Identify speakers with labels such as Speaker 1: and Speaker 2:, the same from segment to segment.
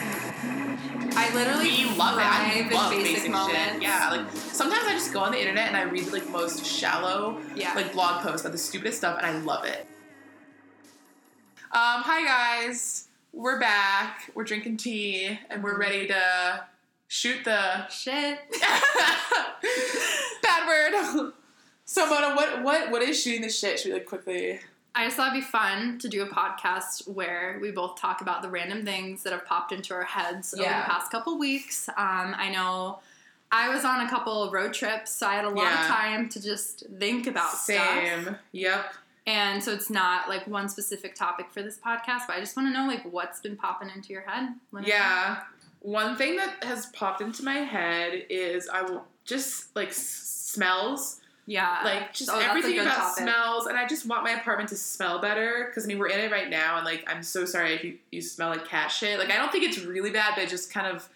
Speaker 1: I literally
Speaker 2: We love it. I
Speaker 1: thrive in
Speaker 2: love
Speaker 1: basic
Speaker 2: basic, shit.
Speaker 1: moments.
Speaker 2: Yeah, like sometimes I just go on the internet and I read like most shallow
Speaker 1: Yeah.
Speaker 2: like blog posts about the stupidest stuff, and I love it. Um, hi guys, we're back. We're drinking tea, and we're ready to shoot the
Speaker 1: shit.
Speaker 2: bad word. So Mona, what what what is shooting the shit? Should we like quickly?
Speaker 1: I just thought it'd be fun to do a podcast where we both talk about the random things that have popped into our heads over
Speaker 2: Yeah.
Speaker 1: the past couple weeks. Um, I know I was on a couple of road trips, so I had a lot
Speaker 2: Yeah.
Speaker 1: of time to just think about
Speaker 2: Same.
Speaker 1: stuff.
Speaker 2: Yep.
Speaker 1: And so it's not like one specific topic for this podcast, but I just want to know like what's been popping into your head. Let me know.
Speaker 2: Yeah. One thing that has popped into my head is I will just like s- smells,
Speaker 1: yeah,
Speaker 2: like just
Speaker 1: Oh, that's a
Speaker 2: everything
Speaker 1: good
Speaker 2: about
Speaker 1: topic.
Speaker 2: smells, and I just want my apartment to smell better. Because I mean, we're in it right now, and like I'm so sorry if you, you smell like cat shit. Like I don't think it's really bad, but it just kind of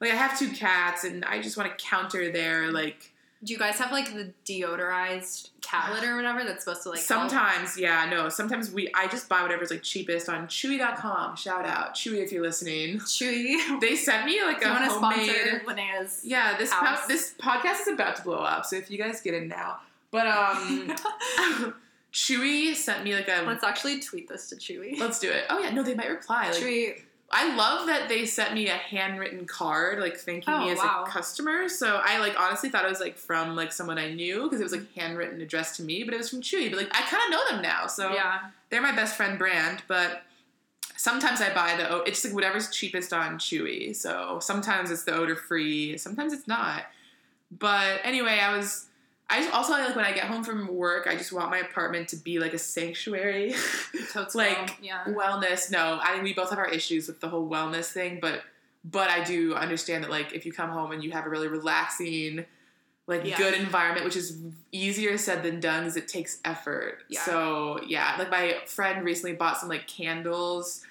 Speaker 2: like I have two cats, and I just want to counter their like.
Speaker 1: Do you guys have like the deodorized cat litter or whatever that's supposed to like oh. help?
Speaker 2: sometimes, yeah, no. Sometimes we I just buy whatever's like cheapest on Chewy.com. Shout out Chewy if you're listening.
Speaker 1: Chewy?
Speaker 2: They sent me like
Speaker 1: Do you
Speaker 2: a
Speaker 1: want to
Speaker 2: homemade.
Speaker 1: sponsor Linnea's?
Speaker 2: Yeah, this
Speaker 1: house.
Speaker 2: po- this podcast is about to blow up, so if you guys get in now, but um, Chewy sent me like a
Speaker 1: Let's actually tweet this to Chewy.
Speaker 2: let's do it. Oh yeah, no, they might reply. Like,
Speaker 1: Chewy,
Speaker 2: I love that they sent me a handwritten card, like thanking
Speaker 1: Oh,
Speaker 2: me as
Speaker 1: wow.
Speaker 2: a customer. So I like honestly thought it was like from like someone I knew because it was like handwritten addressed to me, but it was from Chewy. But like I kind of know them now, so
Speaker 1: yeah,
Speaker 2: they're my best friend brand, but sometimes I buy the o- it's like whatever's cheapest on Chewy. So sometimes it's the odor free, sometimes it's not. But anyway, I was I just also like when I get home from work, I just want my apartment to be like a sanctuary.
Speaker 1: totes
Speaker 2: like,
Speaker 1: girl, yeah.
Speaker 2: wellness, no. I mean we both have our issues with the whole wellness thing, but but I do understand that like if you come home and you have a really relaxing like
Speaker 1: Yeah.
Speaker 2: good environment, which is easier said than done because it takes effort.
Speaker 1: Yeah.
Speaker 2: So yeah, like my friend recently bought some like candles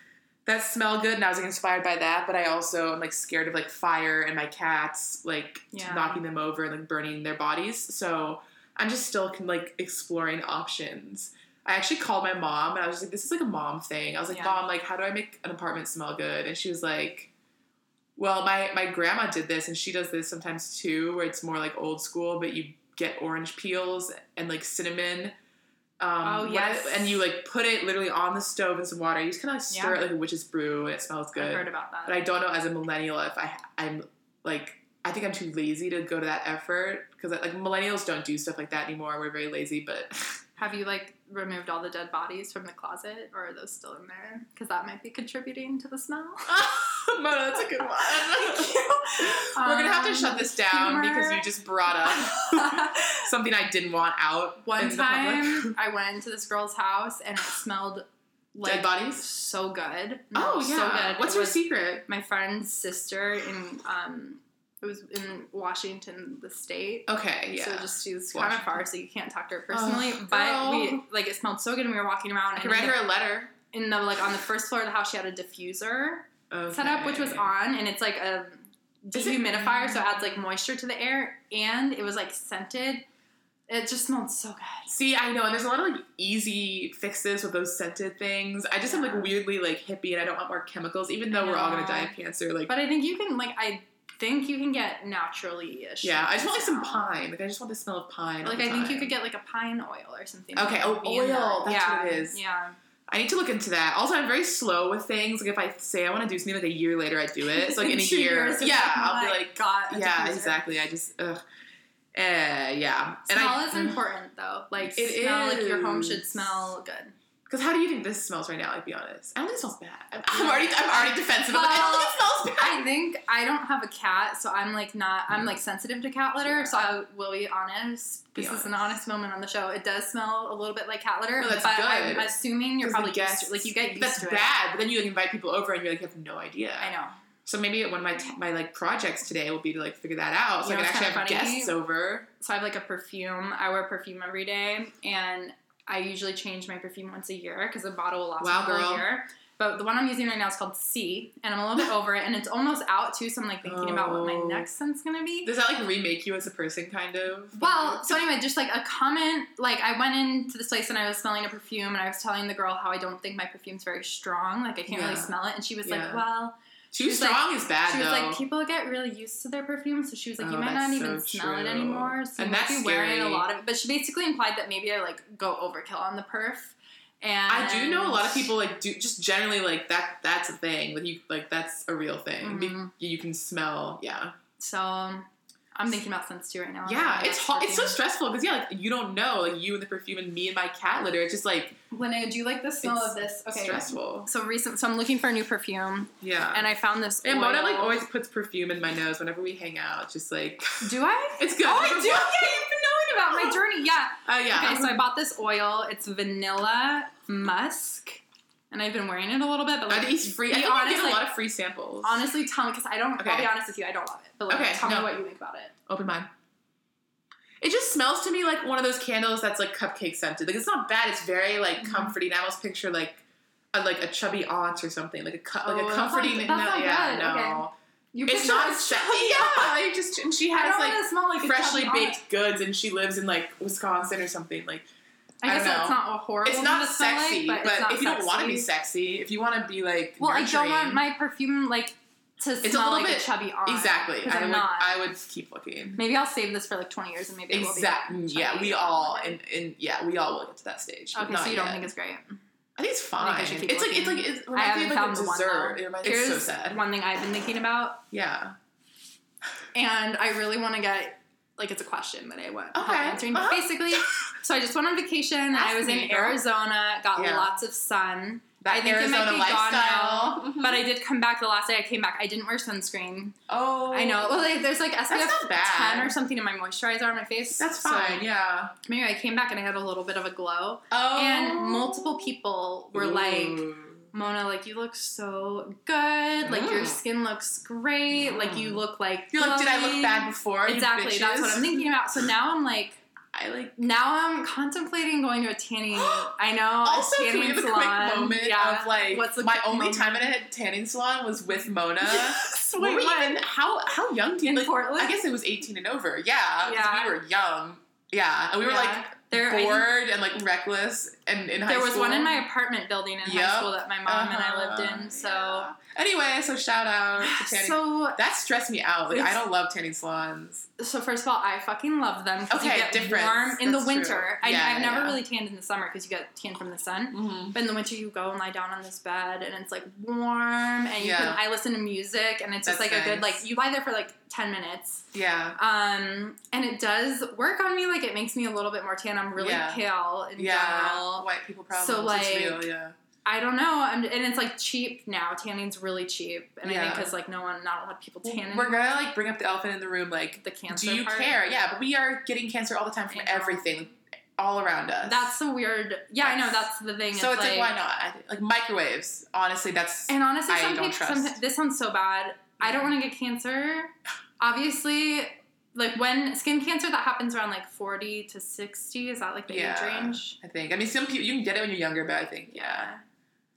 Speaker 2: that smell good, and I was like inspired by that. But I also am like scared of like fire and my cats like
Speaker 1: Yeah.
Speaker 2: knocking them over and like burning their bodies. So I'm just still can, like exploring options. I actually called my mom and I was just like, this is like a mom thing. I was like,
Speaker 1: Yeah.
Speaker 2: mom, like how do I make an apartment smell good? And she was like, well, my my grandma did this and she does this sometimes too, where it's more like old school, but you get orange peels and like cinnamon. Um,
Speaker 1: Oh,
Speaker 2: what-
Speaker 1: yes.
Speaker 2: and you like put it literally on the stove in some water. You just kind of like stir
Speaker 1: Yeah.
Speaker 2: it like a witch's brew, and it smells
Speaker 1: I've
Speaker 2: good.
Speaker 1: heard about that.
Speaker 2: But I don't know as a millennial if I I'm like I think I'm too lazy to go to that effort because like millennials don't do stuff like that anymore. We're very lazy, but
Speaker 1: Have you like removed all the dead bodies from the closet, or are those still in there? Because that might be contributing to the smell.
Speaker 2: Mona, that's a good one. We're gonna have to shut this down
Speaker 1: Um,
Speaker 2: because you
Speaker 1: humor.
Speaker 2: just brought up something I didn't want out
Speaker 1: One
Speaker 2: into the public.
Speaker 1: time, I went into this girl's house and it smelled like
Speaker 2: Dead bodies?
Speaker 1: so good. No,
Speaker 2: Oh
Speaker 1: so
Speaker 2: yeah,
Speaker 1: good.
Speaker 2: what's
Speaker 1: it
Speaker 2: your
Speaker 1: was
Speaker 2: secret?
Speaker 1: My friend's sister in um, it was in Washington, the state.
Speaker 2: Okay, yeah.
Speaker 1: So just she's kind of far, so you can't talk to her personally.
Speaker 2: Oh,
Speaker 1: but we
Speaker 2: girl.
Speaker 1: like it smelled so good, and we were walking around.
Speaker 2: I
Speaker 1: And
Speaker 2: can
Speaker 1: in
Speaker 2: write
Speaker 1: the,
Speaker 2: her a letter.
Speaker 1: in the like on the first floor of the house, she had a diffuser set up, which was
Speaker 2: Okay.
Speaker 1: on, and it's like a
Speaker 2: Is it-
Speaker 1: dehumidifier, so it adds like moisture to the air, and it was like scented. It just smelled so good.
Speaker 2: See, I know, and there's a lot of like easy fixes with those scented things. I just am like weirdly like hippie, and I don't want more chemicals, even though we're all gonna
Speaker 1: know.
Speaker 2: die of cancer. Like,
Speaker 1: But I think you can like I think you can get naturally ish.
Speaker 2: yeah, I just want like some pine. Like, I just want the smell of pine. all
Speaker 1: Like
Speaker 2: the
Speaker 1: I think you
Speaker 2: time.
Speaker 1: could get like a pine oil or something.
Speaker 2: Okay,
Speaker 1: that
Speaker 2: oh,
Speaker 1: would be in
Speaker 2: oil,
Speaker 1: there.
Speaker 2: that's
Speaker 1: yeah.
Speaker 2: what it is.
Speaker 1: Yeah.
Speaker 2: I need to look into that. Also, I'm very slow with things. Like, if I say I want to do something, like a year later, I do it. So like in a
Speaker 1: two
Speaker 2: year,
Speaker 1: years, it's
Speaker 2: yeah,
Speaker 1: like,
Speaker 2: I'll be
Speaker 1: my
Speaker 2: like,
Speaker 1: God, a
Speaker 2: yeah,
Speaker 1: diffuser.
Speaker 2: exactly. I just, ugh. Uh, yeah,
Speaker 1: Smell
Speaker 2: I,
Speaker 1: is important though. Like
Speaker 2: It
Speaker 1: smell like your home should
Speaker 2: is.
Speaker 1: smell good.
Speaker 2: Because how do you think this smells right now? Like, be honest. I don't think it smells bad. I'm, I'm already, I'm already defensive. I'm like, I don't think it smells bad.
Speaker 1: I think I don't have a cat, so I'm like not I'm like sensitive to cat litter, so I will be honest.
Speaker 2: Be
Speaker 1: This is an honest
Speaker 2: honest.
Speaker 1: moment on the show. It does smell a little bit like cat litter,
Speaker 2: No, that's
Speaker 1: but
Speaker 2: good.
Speaker 1: I'm assuming you're
Speaker 2: 'Cause the
Speaker 1: probably used to
Speaker 2: guests-
Speaker 1: it. like you get used
Speaker 2: that's
Speaker 1: to it.
Speaker 2: bad. But then you like invite people over and you like have no idea.
Speaker 1: I know.
Speaker 2: So maybe one of my t- my like projects today will be to like figure that out. So
Speaker 1: You
Speaker 2: I
Speaker 1: know what's
Speaker 2: can actually
Speaker 1: kinda
Speaker 2: have
Speaker 1: funny?
Speaker 2: guests over.
Speaker 1: So I have like a perfume. I wear perfume every day, and I usually change my perfume once a year because a bottle will last
Speaker 2: Wow,
Speaker 1: me a whole
Speaker 2: girl.
Speaker 1: year. But the one I'm using right now is called C, and I'm a little bit over it, and it's almost out too. So I'm like thinking about what my
Speaker 2: Oh.
Speaker 1: next scent's gonna be.
Speaker 2: Does that like remake you as a person, kind of?
Speaker 1: Well, so anyway, just like a comment. Like I went into this place and I was smelling a perfume, and I was telling the girl how I don't think my perfume's very strong. Like I can't really
Speaker 2: Yeah.
Speaker 1: smell it, and she was like,
Speaker 2: Yeah.
Speaker 1: "Well,"
Speaker 2: too
Speaker 1: she was
Speaker 2: strong
Speaker 1: like-
Speaker 2: is bad
Speaker 1: she was
Speaker 2: though.
Speaker 1: like, "People get really used to their perfume," so she was like,
Speaker 2: Oh,
Speaker 1: "You might
Speaker 2: that's
Speaker 1: not even
Speaker 2: so
Speaker 1: smell it
Speaker 2: true.
Speaker 1: anymore." So
Speaker 2: And
Speaker 1: you might
Speaker 2: that's
Speaker 1: be wearing a
Speaker 2: scary.
Speaker 1: lot of. But she basically implied that maybe I like go overkill on the perf. And
Speaker 2: I do know a lot of people like do just generally like that. That's a thing. Like you like that's a real thing. Be-
Speaker 1: Mhm.
Speaker 2: You can smell. Yeah,
Speaker 1: So um, I'm thinking about scents too right now.
Speaker 2: yeah.
Speaker 1: Like,
Speaker 2: It's hard. It's so
Speaker 1: perfume.
Speaker 2: stressful because yeah, like you don't know. Like you and the perfume and me and my cat litter. It's just like
Speaker 1: when I do like the smell of
Speaker 2: It's
Speaker 1: this. Okay.
Speaker 2: stressful.
Speaker 1: So recent. So I'm looking for a new perfume,
Speaker 2: Yeah.
Speaker 1: and I found this.
Speaker 2: And Mona like
Speaker 1: oil.
Speaker 2: always puts perfume in my nose whenever we hang out. Just like
Speaker 1: Do I?
Speaker 2: it's good.
Speaker 1: Oh, I do. Yeah, you've been knowing about my journey. Yeah.
Speaker 2: Oh yeah.
Speaker 1: Okay, so I bought this oil. It's vanilla musk, and I've been wearing it a little bit. But
Speaker 2: Are
Speaker 1: like,
Speaker 2: these free? I
Speaker 1: Be
Speaker 2: think I
Speaker 1: honest,
Speaker 2: get a
Speaker 1: like-
Speaker 2: lot of free samples.
Speaker 1: honestly, tell me because I don't. I'll
Speaker 2: Okay.
Speaker 1: be honest with you, I don't love it. But like,
Speaker 2: Okay,
Speaker 1: tell me
Speaker 2: no.
Speaker 1: what you think about it.
Speaker 2: Open mine. It just smells to me like one of those candles that's like cupcake scented. Like it's not bad. It's very like
Speaker 1: Mhm.
Speaker 2: comforting. I almost picture like a, like a chubby aunt or something. Like a cu- like
Speaker 1: Oh,
Speaker 2: a
Speaker 1: that's not-
Speaker 2: comforting.
Speaker 1: that's
Speaker 2: no,
Speaker 1: not
Speaker 2: yeah,
Speaker 1: good.
Speaker 2: no.
Speaker 1: You
Speaker 2: It's
Speaker 1: picked
Speaker 2: not.
Speaker 1: up-
Speaker 2: se- yeah, you just and she
Speaker 1: I
Speaker 2: has
Speaker 1: don't
Speaker 2: like
Speaker 1: want to smell like a
Speaker 2: freshly
Speaker 1: chubby
Speaker 2: baked
Speaker 1: aunt.
Speaker 2: goods, and she lives in like Wisconsin or something. Like
Speaker 1: I
Speaker 2: I
Speaker 1: guess
Speaker 2: don't
Speaker 1: that's
Speaker 2: know.
Speaker 1: not a horrible.
Speaker 2: it's
Speaker 1: one
Speaker 2: not
Speaker 1: to smell like,
Speaker 2: sexy,
Speaker 1: but, it's not
Speaker 2: if you don't want to be
Speaker 1: sexy-
Speaker 2: sexy, if you want to be like
Speaker 1: well, I
Speaker 2: nurturing,
Speaker 1: don't want my perfume like to
Speaker 2: a
Speaker 1: smell
Speaker 2: little
Speaker 1: like a
Speaker 2: bit-
Speaker 1: chubby aunt.
Speaker 2: exactly.
Speaker 1: 'cause
Speaker 2: I
Speaker 1: I'm
Speaker 2: would,
Speaker 1: not.
Speaker 2: I would keep looking.
Speaker 1: Maybe I'll save this for like 20 years and maybe it will be.
Speaker 2: Exactly.
Speaker 1: like,
Speaker 2: mm, Yeah,
Speaker 1: chubby
Speaker 2: we
Speaker 1: or
Speaker 2: all
Speaker 1: whatever.
Speaker 2: and, and yeah, we all will get to that stage. but
Speaker 1: Okay,
Speaker 2: not
Speaker 1: so you don't
Speaker 2: yet.
Speaker 1: think it's great.
Speaker 2: I think it's
Speaker 1: I
Speaker 2: fine.
Speaker 1: think I should keep
Speaker 2: it's like it's like
Speaker 1: looking.
Speaker 2: it's
Speaker 1: I haven't
Speaker 2: reminds me of
Speaker 1: found
Speaker 2: like
Speaker 1: the
Speaker 2: a
Speaker 1: one.
Speaker 2: dessert.
Speaker 1: though.
Speaker 2: It reminds
Speaker 1: Here's
Speaker 2: it's so sad.
Speaker 1: one thing I've been thinking about,
Speaker 2: Yeah.
Speaker 1: and I really want to get like it's a question that I want help
Speaker 2: Okay,
Speaker 1: answering. But
Speaker 2: uh-huh.
Speaker 1: basically, so I just went on vacation. and I
Speaker 2: Ask
Speaker 1: was in
Speaker 2: me, girl.
Speaker 1: Arizona, got
Speaker 2: Yeah.
Speaker 1: lots of sun,
Speaker 2: That
Speaker 1: I think it
Speaker 2: Arizona
Speaker 1: might be gone now,
Speaker 2: lifestyle.
Speaker 1: but I did come back the last day I came back. I didn't wear sunscreen.
Speaker 2: oh,
Speaker 1: I know. Well, like, there's like SPF
Speaker 2: not bad.
Speaker 1: 10 or something in my moisturizer on my face.
Speaker 2: that's
Speaker 1: so
Speaker 2: fine. yeah.
Speaker 1: Maybe I came back and I had a little bit of a glow.
Speaker 2: Oh,
Speaker 1: And multiple people were like,
Speaker 2: Ooh.
Speaker 1: Mona, like you look so good. Like your
Speaker 2: Mm.
Speaker 1: skin looks great. Like you
Speaker 2: Mm.
Speaker 1: look like
Speaker 2: You're like, did I
Speaker 1: glowing."
Speaker 2: look bad before? you
Speaker 1: Exactly. That's what
Speaker 2: bitches?"
Speaker 1: I'm thinking about. So now I'm like,
Speaker 2: I like.
Speaker 1: now I'm contemplating going to a tanning. I know.
Speaker 2: Also,
Speaker 1: a Oh,
Speaker 2: can
Speaker 1: tanning
Speaker 2: we have a quick
Speaker 1: salon.
Speaker 2: moment
Speaker 1: yeah.
Speaker 2: of like
Speaker 1: What's the
Speaker 2: my
Speaker 1: quick
Speaker 2: only
Speaker 1: moment?
Speaker 2: time at a tanning salon was with Mona.
Speaker 1: Yes.
Speaker 2: Were
Speaker 1: Wait,
Speaker 2: we
Speaker 1: what?
Speaker 2: even- how how young do you
Speaker 1: in
Speaker 2: like,
Speaker 1: Portland?
Speaker 2: I guess it was 18 and over. Yeah. 'cause
Speaker 1: Yeah.
Speaker 2: We were young. Yeah. And we were
Speaker 1: Yeah. there, I
Speaker 2: like
Speaker 1: think
Speaker 2: bored and like reckless and in high
Speaker 1: there was
Speaker 2: school.
Speaker 1: one in my apartment building in
Speaker 2: Yep.
Speaker 1: high school that my mom and I lived in. So,
Speaker 2: Yeah. Anyway, so shout out to Uh-huh. tanning.
Speaker 1: so
Speaker 2: that stressed me out. Like I
Speaker 1: It's-
Speaker 2: don't love tanning salons.
Speaker 1: So first of all, I fucking love them. 'cause
Speaker 2: Okay,
Speaker 1: you get
Speaker 2: difference.
Speaker 1: warm in
Speaker 2: That's
Speaker 1: the winter.
Speaker 2: true.
Speaker 1: I,
Speaker 2: Yeah,
Speaker 1: I've never
Speaker 2: yeah.
Speaker 1: really tanned in the summer because you get tanned from the sun.
Speaker 2: Mm-hmm.
Speaker 1: But in the winter, you go and lie down on this bed, and it's like warm, and you
Speaker 2: Yeah.
Speaker 1: can. I listen to music, and it's just
Speaker 2: That's
Speaker 1: like a good
Speaker 2: nice.
Speaker 1: like you lie there for like ten minutes.
Speaker 2: Yeah.
Speaker 1: Um, and it does work on me. Like it makes me a little bit more tan. I'm really
Speaker 2: Yeah.
Speaker 1: pale in
Speaker 2: Yeah.
Speaker 1: general.
Speaker 2: White people problems.
Speaker 1: So,
Speaker 2: it's
Speaker 1: like,
Speaker 2: real, yeah.
Speaker 1: I don't know. I'm, and it's like cheap now. Tanning's really cheap, and I think
Speaker 2: Yeah.
Speaker 1: because like no one, not a lot of people tan. in
Speaker 2: We're gonna like bring up the elephant in the room. Like,
Speaker 1: the cancer.
Speaker 2: do you
Speaker 1: part.
Speaker 2: care? Yeah, but we are getting cancer all the time from
Speaker 1: I know.
Speaker 2: everything, all around us.
Speaker 1: That's the weird. Yeah, I know.
Speaker 2: That's-
Speaker 1: That's the thing.
Speaker 2: So it's like, why not? I think- Like microwaves, honestly, that's
Speaker 1: And honestly,
Speaker 2: I
Speaker 1: some
Speaker 2: don't
Speaker 1: people. Some,
Speaker 2: trust.
Speaker 1: this sounds so bad. I don't want to get cancer. Obviously, like when skin cancer that happens around like forty to sixty. Is that like the
Speaker 2: Yeah.
Speaker 1: age range?
Speaker 2: I think. I mean, some people you can get it when you're younger, but I think yeah,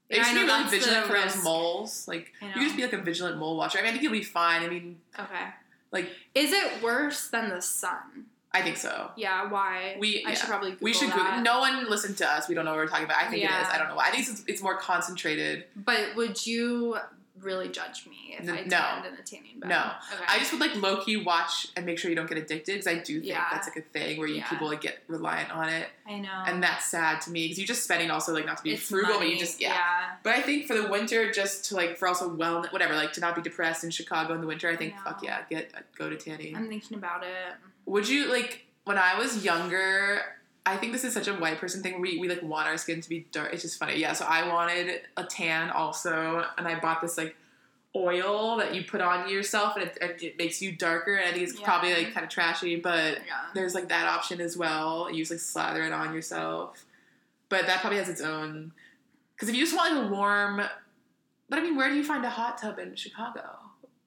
Speaker 1: Yeah,
Speaker 2: you
Speaker 1: I
Speaker 2: should be
Speaker 1: know
Speaker 2: really
Speaker 1: that's the
Speaker 2: vigilant for those
Speaker 1: risk.
Speaker 2: moles. Like
Speaker 1: I
Speaker 2: you could just be like a vigilant mole watcher. I mean, I think you'll be fine. I mean,
Speaker 1: Okay.
Speaker 2: like-
Speaker 1: Is it worse than the sun?
Speaker 2: I think so.
Speaker 1: Yeah. Why?
Speaker 2: We-
Speaker 1: I
Speaker 2: yeah.
Speaker 1: should probably. Google
Speaker 2: we should.
Speaker 1: that.
Speaker 2: Google. No one listened to us. We don't know what we're talking about. I think it
Speaker 1: Yeah.
Speaker 2: is. I don't know why. I think it's, it's more concentrated.
Speaker 1: But would you really judge me if
Speaker 2: N-
Speaker 1: I
Speaker 2: no.
Speaker 1: tanned in a tanning bed?
Speaker 2: No.
Speaker 1: Okay.
Speaker 2: I just would like low key watch and make sure you don't get addicted because I do think
Speaker 1: Yeah.
Speaker 2: that's like a thing where you
Speaker 1: Yeah.
Speaker 2: people like get reliant on it,
Speaker 1: I know.
Speaker 2: and that's sad to me because you're just spending also like not to be
Speaker 1: it's
Speaker 2: frugal, but you
Speaker 1: money.
Speaker 2: just yeah. But I think for the winter, just to like for also wellness, whatever, like to not be depressed in Chicago in the winter. I think
Speaker 1: No.
Speaker 2: fuck yeah, get go to tanning.
Speaker 1: yeah. I'm thinking about it.
Speaker 2: Would you like when I was younger? I think this is such a white person thing. We we like want our skin to be dark. It's just funny. Yeah. So I wanted a tan also, and I bought this like oil that you put on yourself, and it, and it makes you darker. And I think it's
Speaker 1: Yeah.
Speaker 2: probably like kind of trashy, but
Speaker 1: Yeah.
Speaker 2: there's like that option as well. You just like slather it on yourself, but that probably has its own. Because if you just want like a warm, but I mean, where do you find a hot tub in Chicago?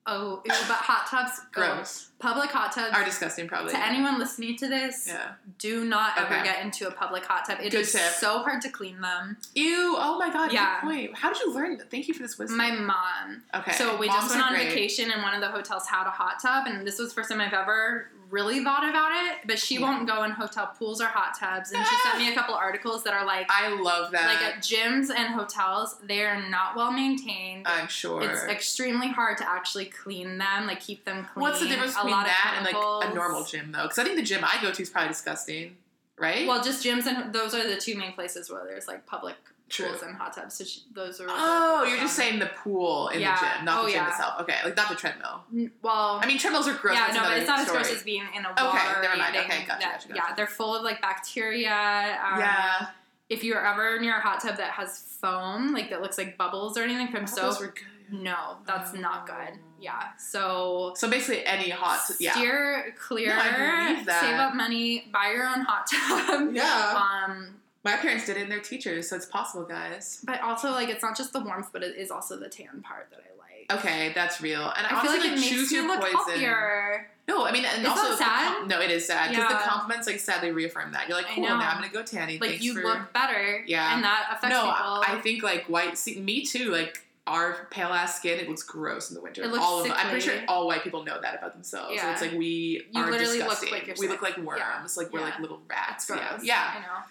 Speaker 1: Oh, ew, but hot tubs, oh.
Speaker 2: Gross.
Speaker 1: Public hot tubs.
Speaker 2: Are disgusting, probably.
Speaker 1: to anyone listening to this,
Speaker 2: yeah.
Speaker 1: do not ever
Speaker 2: Okay.
Speaker 1: get into a public hot tub. It is
Speaker 2: Good tip.
Speaker 1: so hard to clean them.
Speaker 2: Ew. Oh my god.
Speaker 1: Yeah.
Speaker 2: Good point. How did you learn? that? Thank you for this wisdom.
Speaker 1: My mom
Speaker 2: okay.
Speaker 1: So we
Speaker 2: Moms
Speaker 1: just went
Speaker 2: are
Speaker 1: on
Speaker 2: great.
Speaker 1: vacation, and one of the hotels had a hot tub, and this was the first time I've ever really thought about it. But she
Speaker 2: Yeah.
Speaker 1: won't go in hotel pools or hot tubs, and she sent me a couple articles that are like,
Speaker 2: I love
Speaker 1: like
Speaker 2: that.
Speaker 1: at gyms and hotels, they are not well maintained.
Speaker 2: I'm sure.
Speaker 1: It's extremely hard to actually clean them, like keep them clean.
Speaker 2: What's the difference
Speaker 1: A
Speaker 2: between
Speaker 1: lot of
Speaker 2: that and like a
Speaker 1: chemicals.
Speaker 2: normal gym though? Because I think the gym I go to is probably disgusting, right?
Speaker 1: Well, just gyms and those are the two main places where there's like public
Speaker 2: True.
Speaker 1: pools and hot tubs. So she, those are.
Speaker 2: Oh,
Speaker 1: the-
Speaker 2: you're just saying the pool in
Speaker 1: Yeah.
Speaker 2: the gym, not
Speaker 1: Oh,
Speaker 2: the gym
Speaker 1: yeah.
Speaker 2: itself. Okay, like not the treadmill.
Speaker 1: N- Well,
Speaker 2: I mean, treadmills are gross.
Speaker 1: Yeah,
Speaker 2: that's
Speaker 1: no, but
Speaker 2: another
Speaker 1: it's not
Speaker 2: story.
Speaker 1: as gross as being in a water.
Speaker 2: Okay, never
Speaker 1: or
Speaker 2: mind.
Speaker 1: anything
Speaker 2: Okay, gotcha,
Speaker 1: that-
Speaker 2: gotcha,
Speaker 1: Yeah,
Speaker 2: gotcha.
Speaker 1: they're full of like bacteria. Um,
Speaker 2: yeah,
Speaker 1: If you're ever near a hot tub that has foam, like that looks like bubbles or anything from
Speaker 2: I thought those
Speaker 1: soap,
Speaker 2: were good.
Speaker 1: no, that's not good.
Speaker 2: Oh.
Speaker 1: Yeah, so
Speaker 2: So basically, any hot, yeah,
Speaker 1: steer clear.
Speaker 2: No, I believe that.
Speaker 1: Save up money. Buy your own hot tub.
Speaker 2: yeah.
Speaker 1: Um,
Speaker 2: My parents did it, and they're teachers, so it's possible, guys.
Speaker 1: but also like it's not just the warmth, but it is also the tan part that I like.
Speaker 2: Okay, that's real. And
Speaker 1: I
Speaker 2: also,
Speaker 1: feel like, it makes
Speaker 2: choose
Speaker 1: me
Speaker 2: your
Speaker 1: look
Speaker 2: poison.
Speaker 1: healthier.
Speaker 2: No, I mean, and
Speaker 1: It's
Speaker 2: also
Speaker 1: not
Speaker 2: the com-
Speaker 1: sad.
Speaker 2: no, it is sad because
Speaker 1: Yeah.
Speaker 2: the compliments like sadly reaffirm that you're like,
Speaker 1: I
Speaker 2: cool. Now
Speaker 1: know.
Speaker 2: I'm gonna go tanning.
Speaker 1: Like
Speaker 2: Thanks
Speaker 1: you
Speaker 2: for-
Speaker 1: look better.
Speaker 2: Yeah.
Speaker 1: And that affects
Speaker 2: no,
Speaker 1: people.
Speaker 2: I I think like white. See, me too. Like our pale ass skin, it looks gross in the winter.
Speaker 1: It looks
Speaker 2: all of I'm pretty sure
Speaker 1: sickly.
Speaker 2: all white people know that about themselves. And
Speaker 1: Yeah.
Speaker 2: it's like we
Speaker 1: You
Speaker 2: are
Speaker 1: literally look
Speaker 2: disgusting.
Speaker 1: like you're
Speaker 2: we look
Speaker 1: sick.
Speaker 2: like worms. Like we're
Speaker 1: Yeah.
Speaker 2: like little rats.
Speaker 1: Gross.
Speaker 2: Yeah. yeah.
Speaker 1: I know.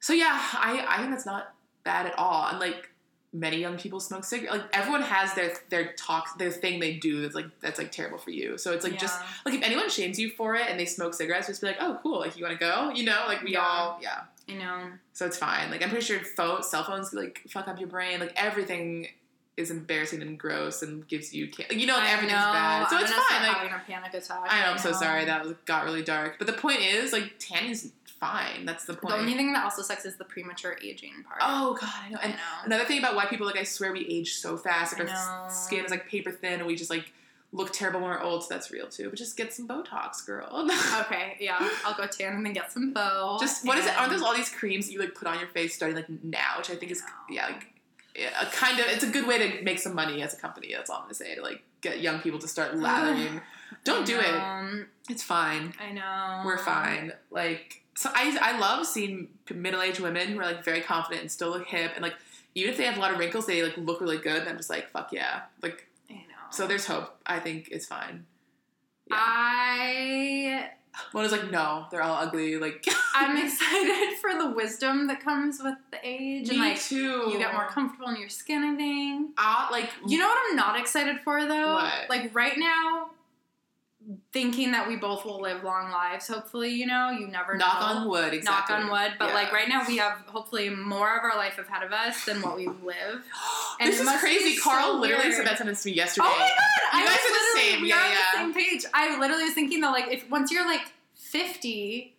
Speaker 2: So yeah, I I think that's not bad at all. And like many young people smoke cigarettes. Like everyone has their their talk their thing they do that's like that's like terrible for you. So it's like just
Speaker 1: Yeah.
Speaker 2: like if anyone shames you for it and they smoke cigarettes, just be like, oh cool, like you want to go, you know, like we
Speaker 1: Yeah.
Speaker 2: all yeah.
Speaker 1: I know.
Speaker 2: So it's fine. Like I'm pretty sure phone, cell phones like fuck up your brain. Like everything is embarrassing and gross and gives you can- like, you know like,
Speaker 1: I
Speaker 2: Oh, everything's
Speaker 1: know.
Speaker 2: bad. So
Speaker 1: I'm
Speaker 2: it's
Speaker 1: gonna
Speaker 2: fine.
Speaker 1: Start
Speaker 2: Like
Speaker 1: having a panic attack.
Speaker 2: I know I'm
Speaker 1: right
Speaker 2: so
Speaker 1: now.
Speaker 2: sorry that was, got really dark. But the point is like tanning's fine. That's the point.
Speaker 1: The only thing that also sucks is the premature aging part.
Speaker 2: oh god, I know.
Speaker 1: I
Speaker 2: And
Speaker 1: know.
Speaker 2: another thing about white people like I swear we age so fast. Like
Speaker 1: I
Speaker 2: our s-
Speaker 1: know.
Speaker 2: skin is like paper thin and we just like look terrible when we're old. So that's real too. But just get some Botox, girl.
Speaker 1: Okay, yeah, I'll go tan and then get some bow.
Speaker 2: just what is it? Aren't
Speaker 1: and-
Speaker 2: those all these creams that you like put on your face starting like now, which I think is
Speaker 1: I know.
Speaker 2: yeah, like yeah, a kind of it's a good way to make some money as a company. That's all I'm gonna say to like get young people to start lathering. Don't do it.
Speaker 1: Um,
Speaker 2: It's fine.
Speaker 1: I know.
Speaker 2: We're fine. Like so, I I love seeing middle aged women who are like very confident and still look hip and like even if they have a lot of wrinkles, they like look really good. And I'm just like fuck yeah. Like
Speaker 1: I know.
Speaker 2: so, there's hope. I think it's fine. Yeah.
Speaker 1: I
Speaker 2: Mona's like no, they're all ugly. Like
Speaker 1: I'm excited for the wisdom that comes with the age and
Speaker 2: me
Speaker 1: like
Speaker 2: too.
Speaker 1: you get more comfortable in your skin. I think.
Speaker 2: Ah, like
Speaker 1: You know what I'm not excited for though?
Speaker 2: What?
Speaker 1: Like right now, thinking that we both will live long lives, hopefully, you know, you never
Speaker 2: knock
Speaker 1: know.
Speaker 2: on wood. Exactly.
Speaker 1: Knock on wood. But
Speaker 2: Yeah.
Speaker 1: like right now we have hopefully more of our life ahead of us than what we live. And
Speaker 2: this
Speaker 1: it
Speaker 2: is
Speaker 1: must
Speaker 2: crazy.
Speaker 1: be
Speaker 2: Carl
Speaker 1: so
Speaker 2: literally
Speaker 1: weird.
Speaker 2: said that sentence to me yesterday.
Speaker 1: Oh my god! I
Speaker 2: You guys
Speaker 1: was
Speaker 2: are the
Speaker 1: literally-
Speaker 2: same.
Speaker 1: We
Speaker 2: Yeah,
Speaker 1: are
Speaker 2: yeah.
Speaker 1: on the same page. I literally was thinking though, like if once you're like fifty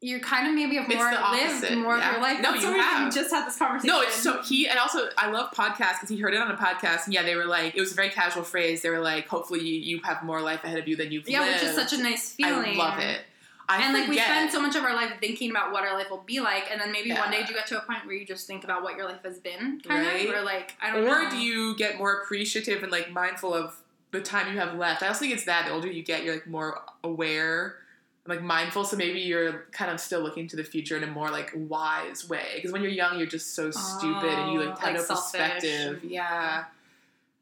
Speaker 1: you kind of maybe have
Speaker 2: It's
Speaker 1: more
Speaker 2: the
Speaker 1: lived
Speaker 2: opposite,
Speaker 1: more
Speaker 2: yeah.
Speaker 1: of your life.
Speaker 2: No,
Speaker 1: That's
Speaker 2: you
Speaker 1: so weird that
Speaker 2: have.
Speaker 1: We just had this conversation.
Speaker 2: no, it's so he and also I love podcasts because he heard it on a podcast and yeah, they were like it was a very casual phrase. They were like, hopefully you, you have more life ahead of you than you've
Speaker 1: yeah,
Speaker 2: lived.
Speaker 1: which is such a nice feeling.
Speaker 2: I love it. I
Speaker 1: and like we
Speaker 2: forget.
Speaker 1: spend so much of our life thinking about what our life will be like, and then maybe one day
Speaker 2: Yeah.
Speaker 1: do you get to a point where you just think about what your life has been, kind
Speaker 2: Right.
Speaker 1: of, or like I don't know.
Speaker 2: or do you get more appreciative and like mindful of the time you have left? I also think it's that the older you get, you're like more aware and like mindful. So maybe you're kind of still looking to the future in a more like wise way. Because when you're young, you're just so stupid and you like
Speaker 1: Oh,
Speaker 2: have
Speaker 1: like
Speaker 2: no
Speaker 1: selfish.
Speaker 2: perspective. Yeah.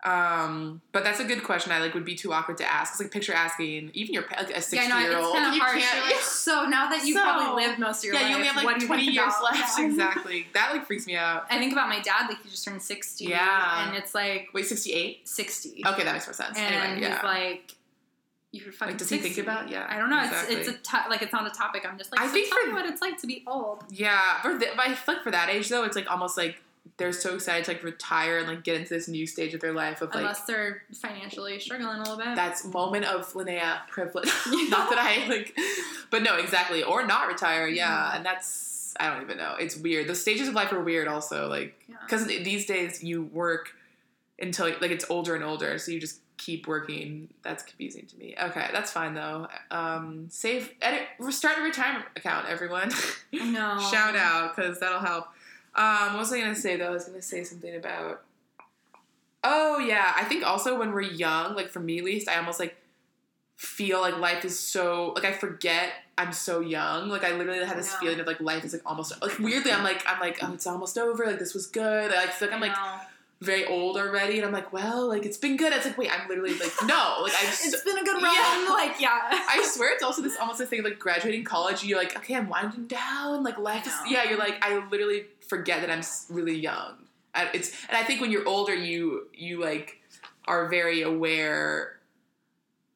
Speaker 2: Um, but that's a good question. I like would be too awkward to ask. It's like picture asking even your pa- like a six
Speaker 1: Yeah, I know
Speaker 2: year
Speaker 1: it's
Speaker 2: old.
Speaker 1: kind of hard.
Speaker 2: You
Speaker 1: You're like, so now that you've
Speaker 2: So-
Speaker 1: probably lived most of your
Speaker 2: yeah,
Speaker 1: life,
Speaker 2: you only have
Speaker 1: what
Speaker 2: like
Speaker 1: do you
Speaker 2: twenty
Speaker 1: think
Speaker 2: years
Speaker 1: about?
Speaker 2: left.
Speaker 1: Yeah.
Speaker 2: Exactly. That like freaks me out.
Speaker 1: I think about my dad, like he just turned sixty,
Speaker 2: Yeah.
Speaker 1: and it's like
Speaker 2: Wait, sixty eight.
Speaker 1: sixty,
Speaker 2: Okay, that makes more sense.
Speaker 1: and
Speaker 2: anyway, yeah.
Speaker 1: he's like, you're fucking.
Speaker 2: Like, does he think
Speaker 1: 60.
Speaker 2: about- yeah,
Speaker 1: I don't know.
Speaker 2: exactly.
Speaker 1: It's it's a t- like it's not a topic. I'm just like
Speaker 2: I
Speaker 1: so
Speaker 2: think
Speaker 1: tell
Speaker 2: for-
Speaker 1: me what it's like to be old.
Speaker 2: Yeah, for th- but I feel like for that age though, it's like almost like they're so excited to like retire and like get into this new stage of their life of like
Speaker 1: Unless they're financially struggling a little bit.
Speaker 2: that's moment of Linnea privilege. not that I like, but no, exactly, or not retire.
Speaker 1: Mm-hmm.
Speaker 2: Yeah, and that's I don't even know. It's weird. The stages of life are weird also, like
Speaker 1: Yeah.
Speaker 2: because these days you work until like it's older and older, so you just keep working. That's confusing to me. Okay, that's fine though. Um, save, edit, start a retirement account, everyone.
Speaker 1: I know.
Speaker 2: shout out because that'll help. Um, what was I gonna say though? I was gonna say something about Oh yeah, I think also when we're young, like for me at least, I almost like feel like life is so like I forget I'm so young. Like I literally had this
Speaker 1: I know.
Speaker 2: feeling of like life is like almost like weirdly I'm like I'm like oh it's almost over like this was good. I feel like I'm like
Speaker 1: know.
Speaker 2: very old already and I'm like well like it's been good. It's like wait I'm literally like no like I've so-
Speaker 1: it's been a good run.
Speaker 2: Yeah.
Speaker 1: Like yeah.
Speaker 2: I swear it's also this almost this thing of, like graduating college. You're like okay I'm winding down like life is
Speaker 1: I know.
Speaker 2: yeah you're like I literally forget that I'm s- really young. And it's and I think when you're older you you like are very aware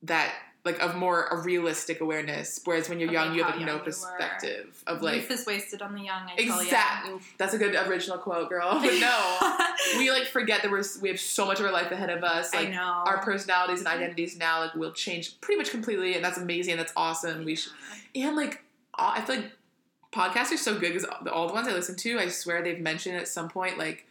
Speaker 2: that like of more a realistic awareness. Whereas when you're
Speaker 1: Of,
Speaker 2: young
Speaker 1: like,
Speaker 2: you
Speaker 1: how
Speaker 2: have like,
Speaker 1: young
Speaker 2: no
Speaker 1: you were. Mm-hmm.
Speaker 2: perspective of
Speaker 1: Youth
Speaker 2: like
Speaker 1: is wasted on the young. I
Speaker 2: exact. That's a good original quote, girl.
Speaker 1: Tell ya.
Speaker 2: But no, we like forget that we're s- we have so much of our life ahead of us. Like
Speaker 1: I know. Mm-hmm.
Speaker 2: our personalities and identities now like will change pretty much completely and that's amazing that's awesome we should and like all, i feel like podcasts are so good because all the ones i listen to i swear they've mentioned at some point like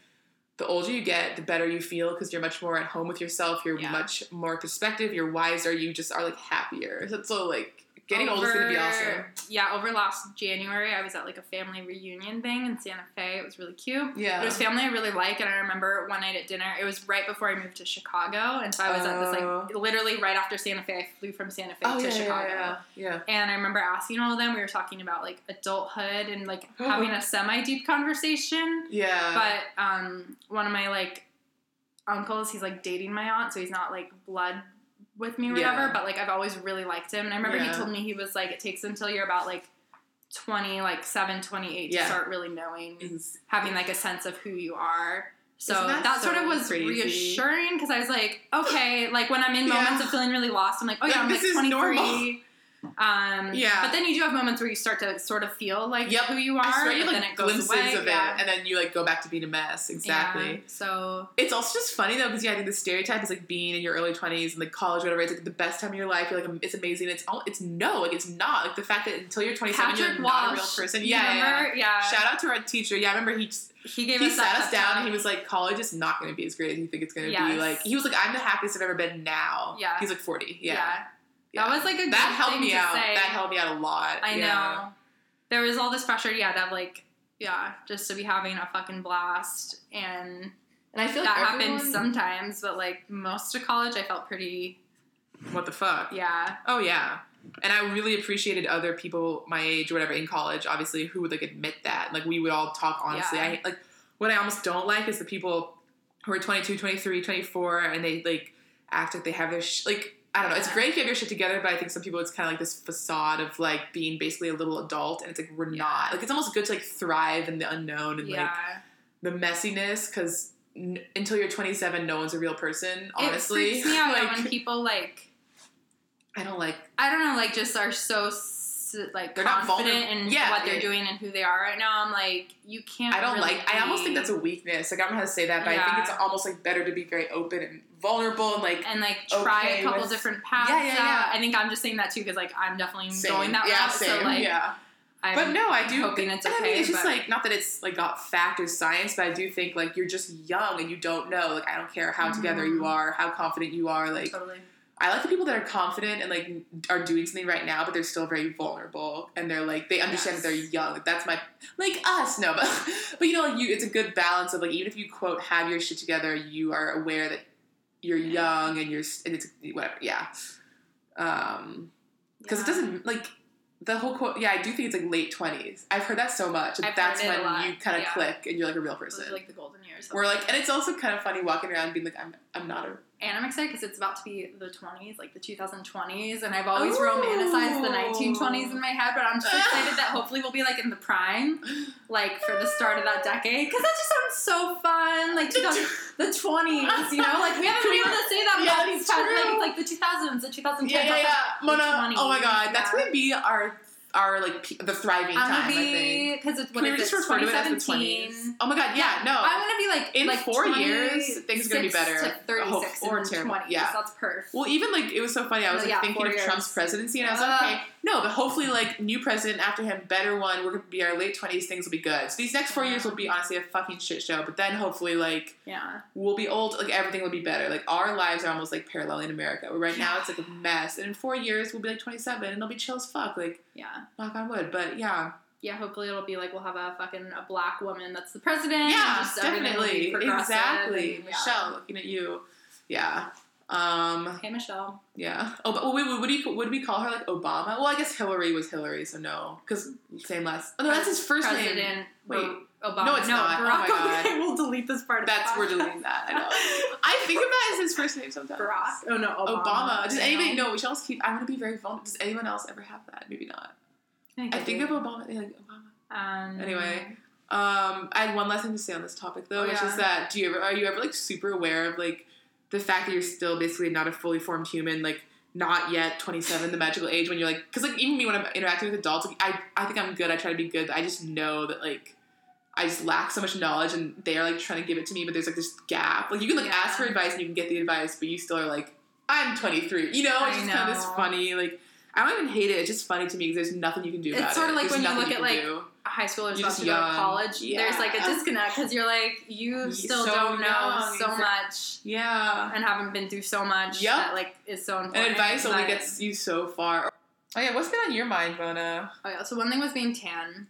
Speaker 2: the older you get the better you feel because you're much more at home with yourself you're
Speaker 1: Yeah.
Speaker 2: much more perspective you're wiser you just are like happier so, so like getting older is going to be
Speaker 1: Over-
Speaker 2: awesome
Speaker 1: Yeah, over last January, I was at like a family reunion thing in Santa Fe. It was really cute.
Speaker 2: yeah
Speaker 1: It was family I really like, and I remember one night at dinner. It was right before I moved to Chicago, and so I was at this
Speaker 2: Oh.
Speaker 1: like literally right after Santa Fe. I flew from Santa Fe
Speaker 2: oh
Speaker 1: to
Speaker 2: yeah,
Speaker 1: Chicago,
Speaker 2: yeah yeah yeah
Speaker 1: and I remember asking all of them. We were talking about like adulthood and like having a semi deep conversation.
Speaker 2: yeah
Speaker 1: But um, one of my like uncles, he's like dating my aunt, so he's not like blood with me or
Speaker 2: Yeah.
Speaker 1: whatever. But like I've always really liked him, and I remember
Speaker 2: Yeah.
Speaker 1: he told me he was like it takes until you're about like. 20 like 7 28
Speaker 2: Yeah.
Speaker 1: to start really knowing
Speaker 2: It's-
Speaker 1: having like a sense of who you are. So
Speaker 2: Isn't
Speaker 1: that,
Speaker 2: that
Speaker 1: sort of
Speaker 2: so
Speaker 1: was
Speaker 2: crazy?
Speaker 1: reassuring because I was like, okay, like when I'm in
Speaker 2: Yeah.
Speaker 1: moments of feeling really lost, I'm like, oh yeah,
Speaker 2: Like,
Speaker 1: I'm
Speaker 2: this
Speaker 1: like 23.
Speaker 2: is normal.
Speaker 1: Um,
Speaker 2: Yeah.
Speaker 1: But then you do have moments where you start to sort of feel like
Speaker 2: Yep.
Speaker 1: who you are,
Speaker 2: I swear you
Speaker 1: but
Speaker 2: have
Speaker 1: then
Speaker 2: like
Speaker 1: it goes
Speaker 2: glimpses
Speaker 1: away.
Speaker 2: of it,
Speaker 1: yeah.
Speaker 2: and then you like go back to being a mess. Exactly.
Speaker 1: Yeah. So
Speaker 2: It's also just funny though, because yeah, I think the stereotype is like being in your early twenties and like college, whatever. It's like the best time of your life. You're like, it's amazing. It's all, it's no, like it's not. Like the fact that until you're 27,
Speaker 1: Patrick
Speaker 2: you're
Speaker 1: Walsh,
Speaker 2: not a real person.
Speaker 1: you
Speaker 2: Yeah, yeah,
Speaker 1: remember? yeah.
Speaker 2: yeah. Shout out to our teacher. Yeah, I remember he just,
Speaker 1: He gave
Speaker 2: he
Speaker 1: us that
Speaker 2: sat us
Speaker 1: pep
Speaker 2: down
Speaker 1: talk.
Speaker 2: and he was like, college is not going to be as great as you think it's going to be.
Speaker 1: Yes.
Speaker 2: Like he was like, I'm the happiest I've ever been now.
Speaker 1: Yeah.
Speaker 2: He's like 40.
Speaker 1: yeah.
Speaker 2: Yeah. Yeah.
Speaker 1: That was like a good
Speaker 2: That helped
Speaker 1: thing
Speaker 2: me
Speaker 1: to
Speaker 2: out.
Speaker 1: say.
Speaker 2: That helped me out a lot.
Speaker 1: I
Speaker 2: Yeah.
Speaker 1: know. There was all this pressure, yeah, to have like, yeah, just to be having a fucking blast and
Speaker 2: And I feel like
Speaker 1: that
Speaker 2: everyone,
Speaker 1: happens sometimes, but like most of college, I felt pretty,
Speaker 2: What the fuck?
Speaker 1: yeah,
Speaker 2: Oh yeah. And I really appreciated other people my age or whatever in college, obviously, who would like admit that. Like we would all talk honestly.
Speaker 1: Yeah.
Speaker 2: I like what I almost don't like is the people who are 22, 23, 24 and they like act like they have their sh- like I don't know. It's
Speaker 1: Yeah.
Speaker 2: great if you have your shit together, but I think some people it's kind of like this facade of like being basically a little adult, and it's like we're
Speaker 1: Yeah.
Speaker 2: not. Like it's almost good to like thrive in the unknown and
Speaker 1: yeah.
Speaker 2: like the messiness because n- until you're 27, no one's a real person. Honestly,
Speaker 1: it freaks me out
Speaker 2: like
Speaker 1: when people like,
Speaker 2: I don't like
Speaker 1: I don't know, like just are so s- like
Speaker 2: They're not
Speaker 1: confident in
Speaker 2: vulnerable. Yeah,
Speaker 1: what they're
Speaker 2: yeah.
Speaker 1: doing and who they are right now. I'm like, you can't.
Speaker 2: I don't
Speaker 1: really
Speaker 2: like. I almost think
Speaker 1: be-
Speaker 2: that's a weakness. Like I don't know how to say that, but I think
Speaker 1: Yeah.
Speaker 2: it's almost like better to be very open and vulnerable and like.
Speaker 1: and like try
Speaker 2: okay
Speaker 1: a couple
Speaker 2: with-
Speaker 1: different paths.
Speaker 2: Yeah, yeah,
Speaker 1: out.
Speaker 2: yeah.
Speaker 1: I think I'm just saying that too because like I'm definitely
Speaker 2: same.
Speaker 1: going that
Speaker 2: yeah,
Speaker 1: route.
Speaker 2: Same.
Speaker 1: So like,
Speaker 2: yeah.
Speaker 1: I'm,
Speaker 2: but no, I do.
Speaker 1: hoping it's
Speaker 2: and I
Speaker 1: okay,
Speaker 2: mean, it's just
Speaker 1: but-
Speaker 2: like not that it's like got fact or science, but I do think like you're just young and you don't know. Like I don't care how together
Speaker 1: Mhm.
Speaker 2: you are, how confident you are. Like
Speaker 1: totally.
Speaker 2: I like the people that are confident and like are doing something right now, but they're still very vulnerable and they're like they understand
Speaker 1: Yes.
Speaker 2: that they're young. Like that's my like us, no, but but you know, like you, it's a good balance of like even if you quote have your shit together, you are aware that you're
Speaker 1: Yeah.
Speaker 2: young and you're s- and it's whatever, yeah. Um, because it
Speaker 1: Yeah.
Speaker 2: doesn't like the whole quote. Yeah, I do think it's like late twenties. I've heard that so much. and
Speaker 1: I've heard
Speaker 2: that's
Speaker 1: it a
Speaker 2: when
Speaker 1: lot,
Speaker 2: you kind of
Speaker 1: yeah.
Speaker 2: click and you're like a real
Speaker 1: Those
Speaker 2: person.
Speaker 1: are, like the golden years. of
Speaker 2: We're
Speaker 1: life.
Speaker 2: like, and it's also kind of funny walking around being like, I'm I'm not a
Speaker 1: and I'm excited because it's about to be the 20s, like the 2020s, and I've always
Speaker 2: Ooh.
Speaker 1: romanticized the 1920s in my head, but I'm just excited that hopefully we'll be like in the prime, like for the start of that decade, because that just sounds so fun, like 2000, the 20s, you know, like we haven't been able to say that
Speaker 2: Yeah,
Speaker 1: about these
Speaker 2: it's
Speaker 1: past, like
Speaker 2: true.
Speaker 1: it's like the 2000s, the 2010s.
Speaker 2: Yeah, yeah, yeah.
Speaker 1: like,
Speaker 2: Mona,
Speaker 1: the
Speaker 2: oh my
Speaker 1: 20s,
Speaker 2: god, that's
Speaker 1: yeah.
Speaker 2: gonna be our our like pe- the thriving
Speaker 1: I'm
Speaker 2: time.
Speaker 1: gonna
Speaker 2: I think.
Speaker 1: be because it's
Speaker 2: Can
Speaker 1: what
Speaker 2: we
Speaker 1: is
Speaker 2: just
Speaker 1: it,
Speaker 2: refer to it as the
Speaker 1: 2017.
Speaker 2: 20s? Oh my god, yeah, no.
Speaker 1: I'm gonna be like
Speaker 2: In
Speaker 1: like
Speaker 2: four years, things are gonna be
Speaker 1: 26
Speaker 2: better.
Speaker 1: To 36
Speaker 2: Oh, or
Speaker 1: and
Speaker 2: terrible.
Speaker 1: 20s.
Speaker 2: Yeah.
Speaker 1: that's perfect.
Speaker 2: well, even like it was so funny. I was
Speaker 1: No,
Speaker 2: like
Speaker 1: yeah,
Speaker 2: thinking
Speaker 1: four
Speaker 2: of
Speaker 1: years.
Speaker 2: Trump's presidency, and I was like,
Speaker 1: Uh.
Speaker 2: okay, no, but hopefully, like new president after him, better one. We're gonna be our late twenties. Things will be good. So these next four years will be honestly a fucking shit show. But then hopefully, like
Speaker 1: Yeah.
Speaker 2: we'll be old. Like everything will be better. Like our lives are almost like parallel in America. Where right now it's like a mess, and in four years we'll be like twenty seven, and it'll be chill as fuck. Like
Speaker 1: Yeah.
Speaker 2: knock on wood. But yeah,
Speaker 1: yeah, hopefully it'll be like we'll have a fucking a black woman that's the president.
Speaker 2: yeah,
Speaker 1: just everything will be
Speaker 2: definitely,
Speaker 1: progressive
Speaker 2: exactly.
Speaker 1: and, yeah.
Speaker 2: Michelle, looking at you. Yeah. Um.
Speaker 1: Hey Michelle.
Speaker 2: Yeah. Oh, but wait, would you would we call her like Obama? Well, I guess Hillary was Hillary, so no, because same last. Oh, no, that's his first
Speaker 1: president
Speaker 2: name.
Speaker 1: Ro-
Speaker 2: Wait.
Speaker 1: Obama.
Speaker 2: No, it's not. Oh
Speaker 1: Barack
Speaker 2: my God.
Speaker 1: Obama. we'll delete this part. Of
Speaker 2: That's
Speaker 1: the
Speaker 2: we're deleting that. I know. I think of that as his first name sometimes.
Speaker 1: Barack. Oh no, Obama.
Speaker 2: Obama. Does
Speaker 1: Yeah.
Speaker 2: anybody? No, we should also keep. I'm gonna be very vulnerable. Does anyone else ever have that? Maybe not. I think of
Speaker 1: do.
Speaker 2: Obama. They like Obama.
Speaker 1: Um,
Speaker 2: Anyway. Um, I had one last thing to say on this topic though,
Speaker 1: Oh,
Speaker 2: which
Speaker 1: yeah.
Speaker 2: is that do you ever are you ever like super aware of like the fact that you're still basically not a fully formed human, like not yet 27, the magical age when you're like, because like even me when I'm interacting with adults, like, I I think I'm good. I try to be good, but I just know that like. I just lack so much knowledge, and they are like trying to give it to me, but there's like this gap. Like you can like
Speaker 1: Yeah.
Speaker 2: ask for advice and you can get the advice, but you still are like, I'm 23. You know,
Speaker 1: I
Speaker 2: it's just kind of this
Speaker 1: know.
Speaker 2: funny. Like I don't even hate it. It's just funny to me because there's nothing you can do.
Speaker 1: It's
Speaker 2: about
Speaker 1: sorta
Speaker 2: it.
Speaker 1: like
Speaker 2: There's
Speaker 1: when you
Speaker 2: nothing
Speaker 1: look at,
Speaker 2: can
Speaker 1: like,
Speaker 2: do.
Speaker 1: high schoolers
Speaker 2: You're
Speaker 1: about
Speaker 2: just
Speaker 1: to go to
Speaker 2: young.
Speaker 1: college. There's like a
Speaker 2: Yeah.
Speaker 1: disconnect because you're like you
Speaker 2: You're
Speaker 1: still
Speaker 2: so
Speaker 1: don't know
Speaker 2: young,
Speaker 1: so
Speaker 2: exact-
Speaker 1: much
Speaker 2: yeah.
Speaker 1: and haven't been through so much
Speaker 2: Yep.
Speaker 1: that like is so important.
Speaker 2: And advice only
Speaker 1: But-
Speaker 2: gets you so far. Oh yeah, what's been on your mind, Mona?
Speaker 1: Oh yeah. So one thing was being tan.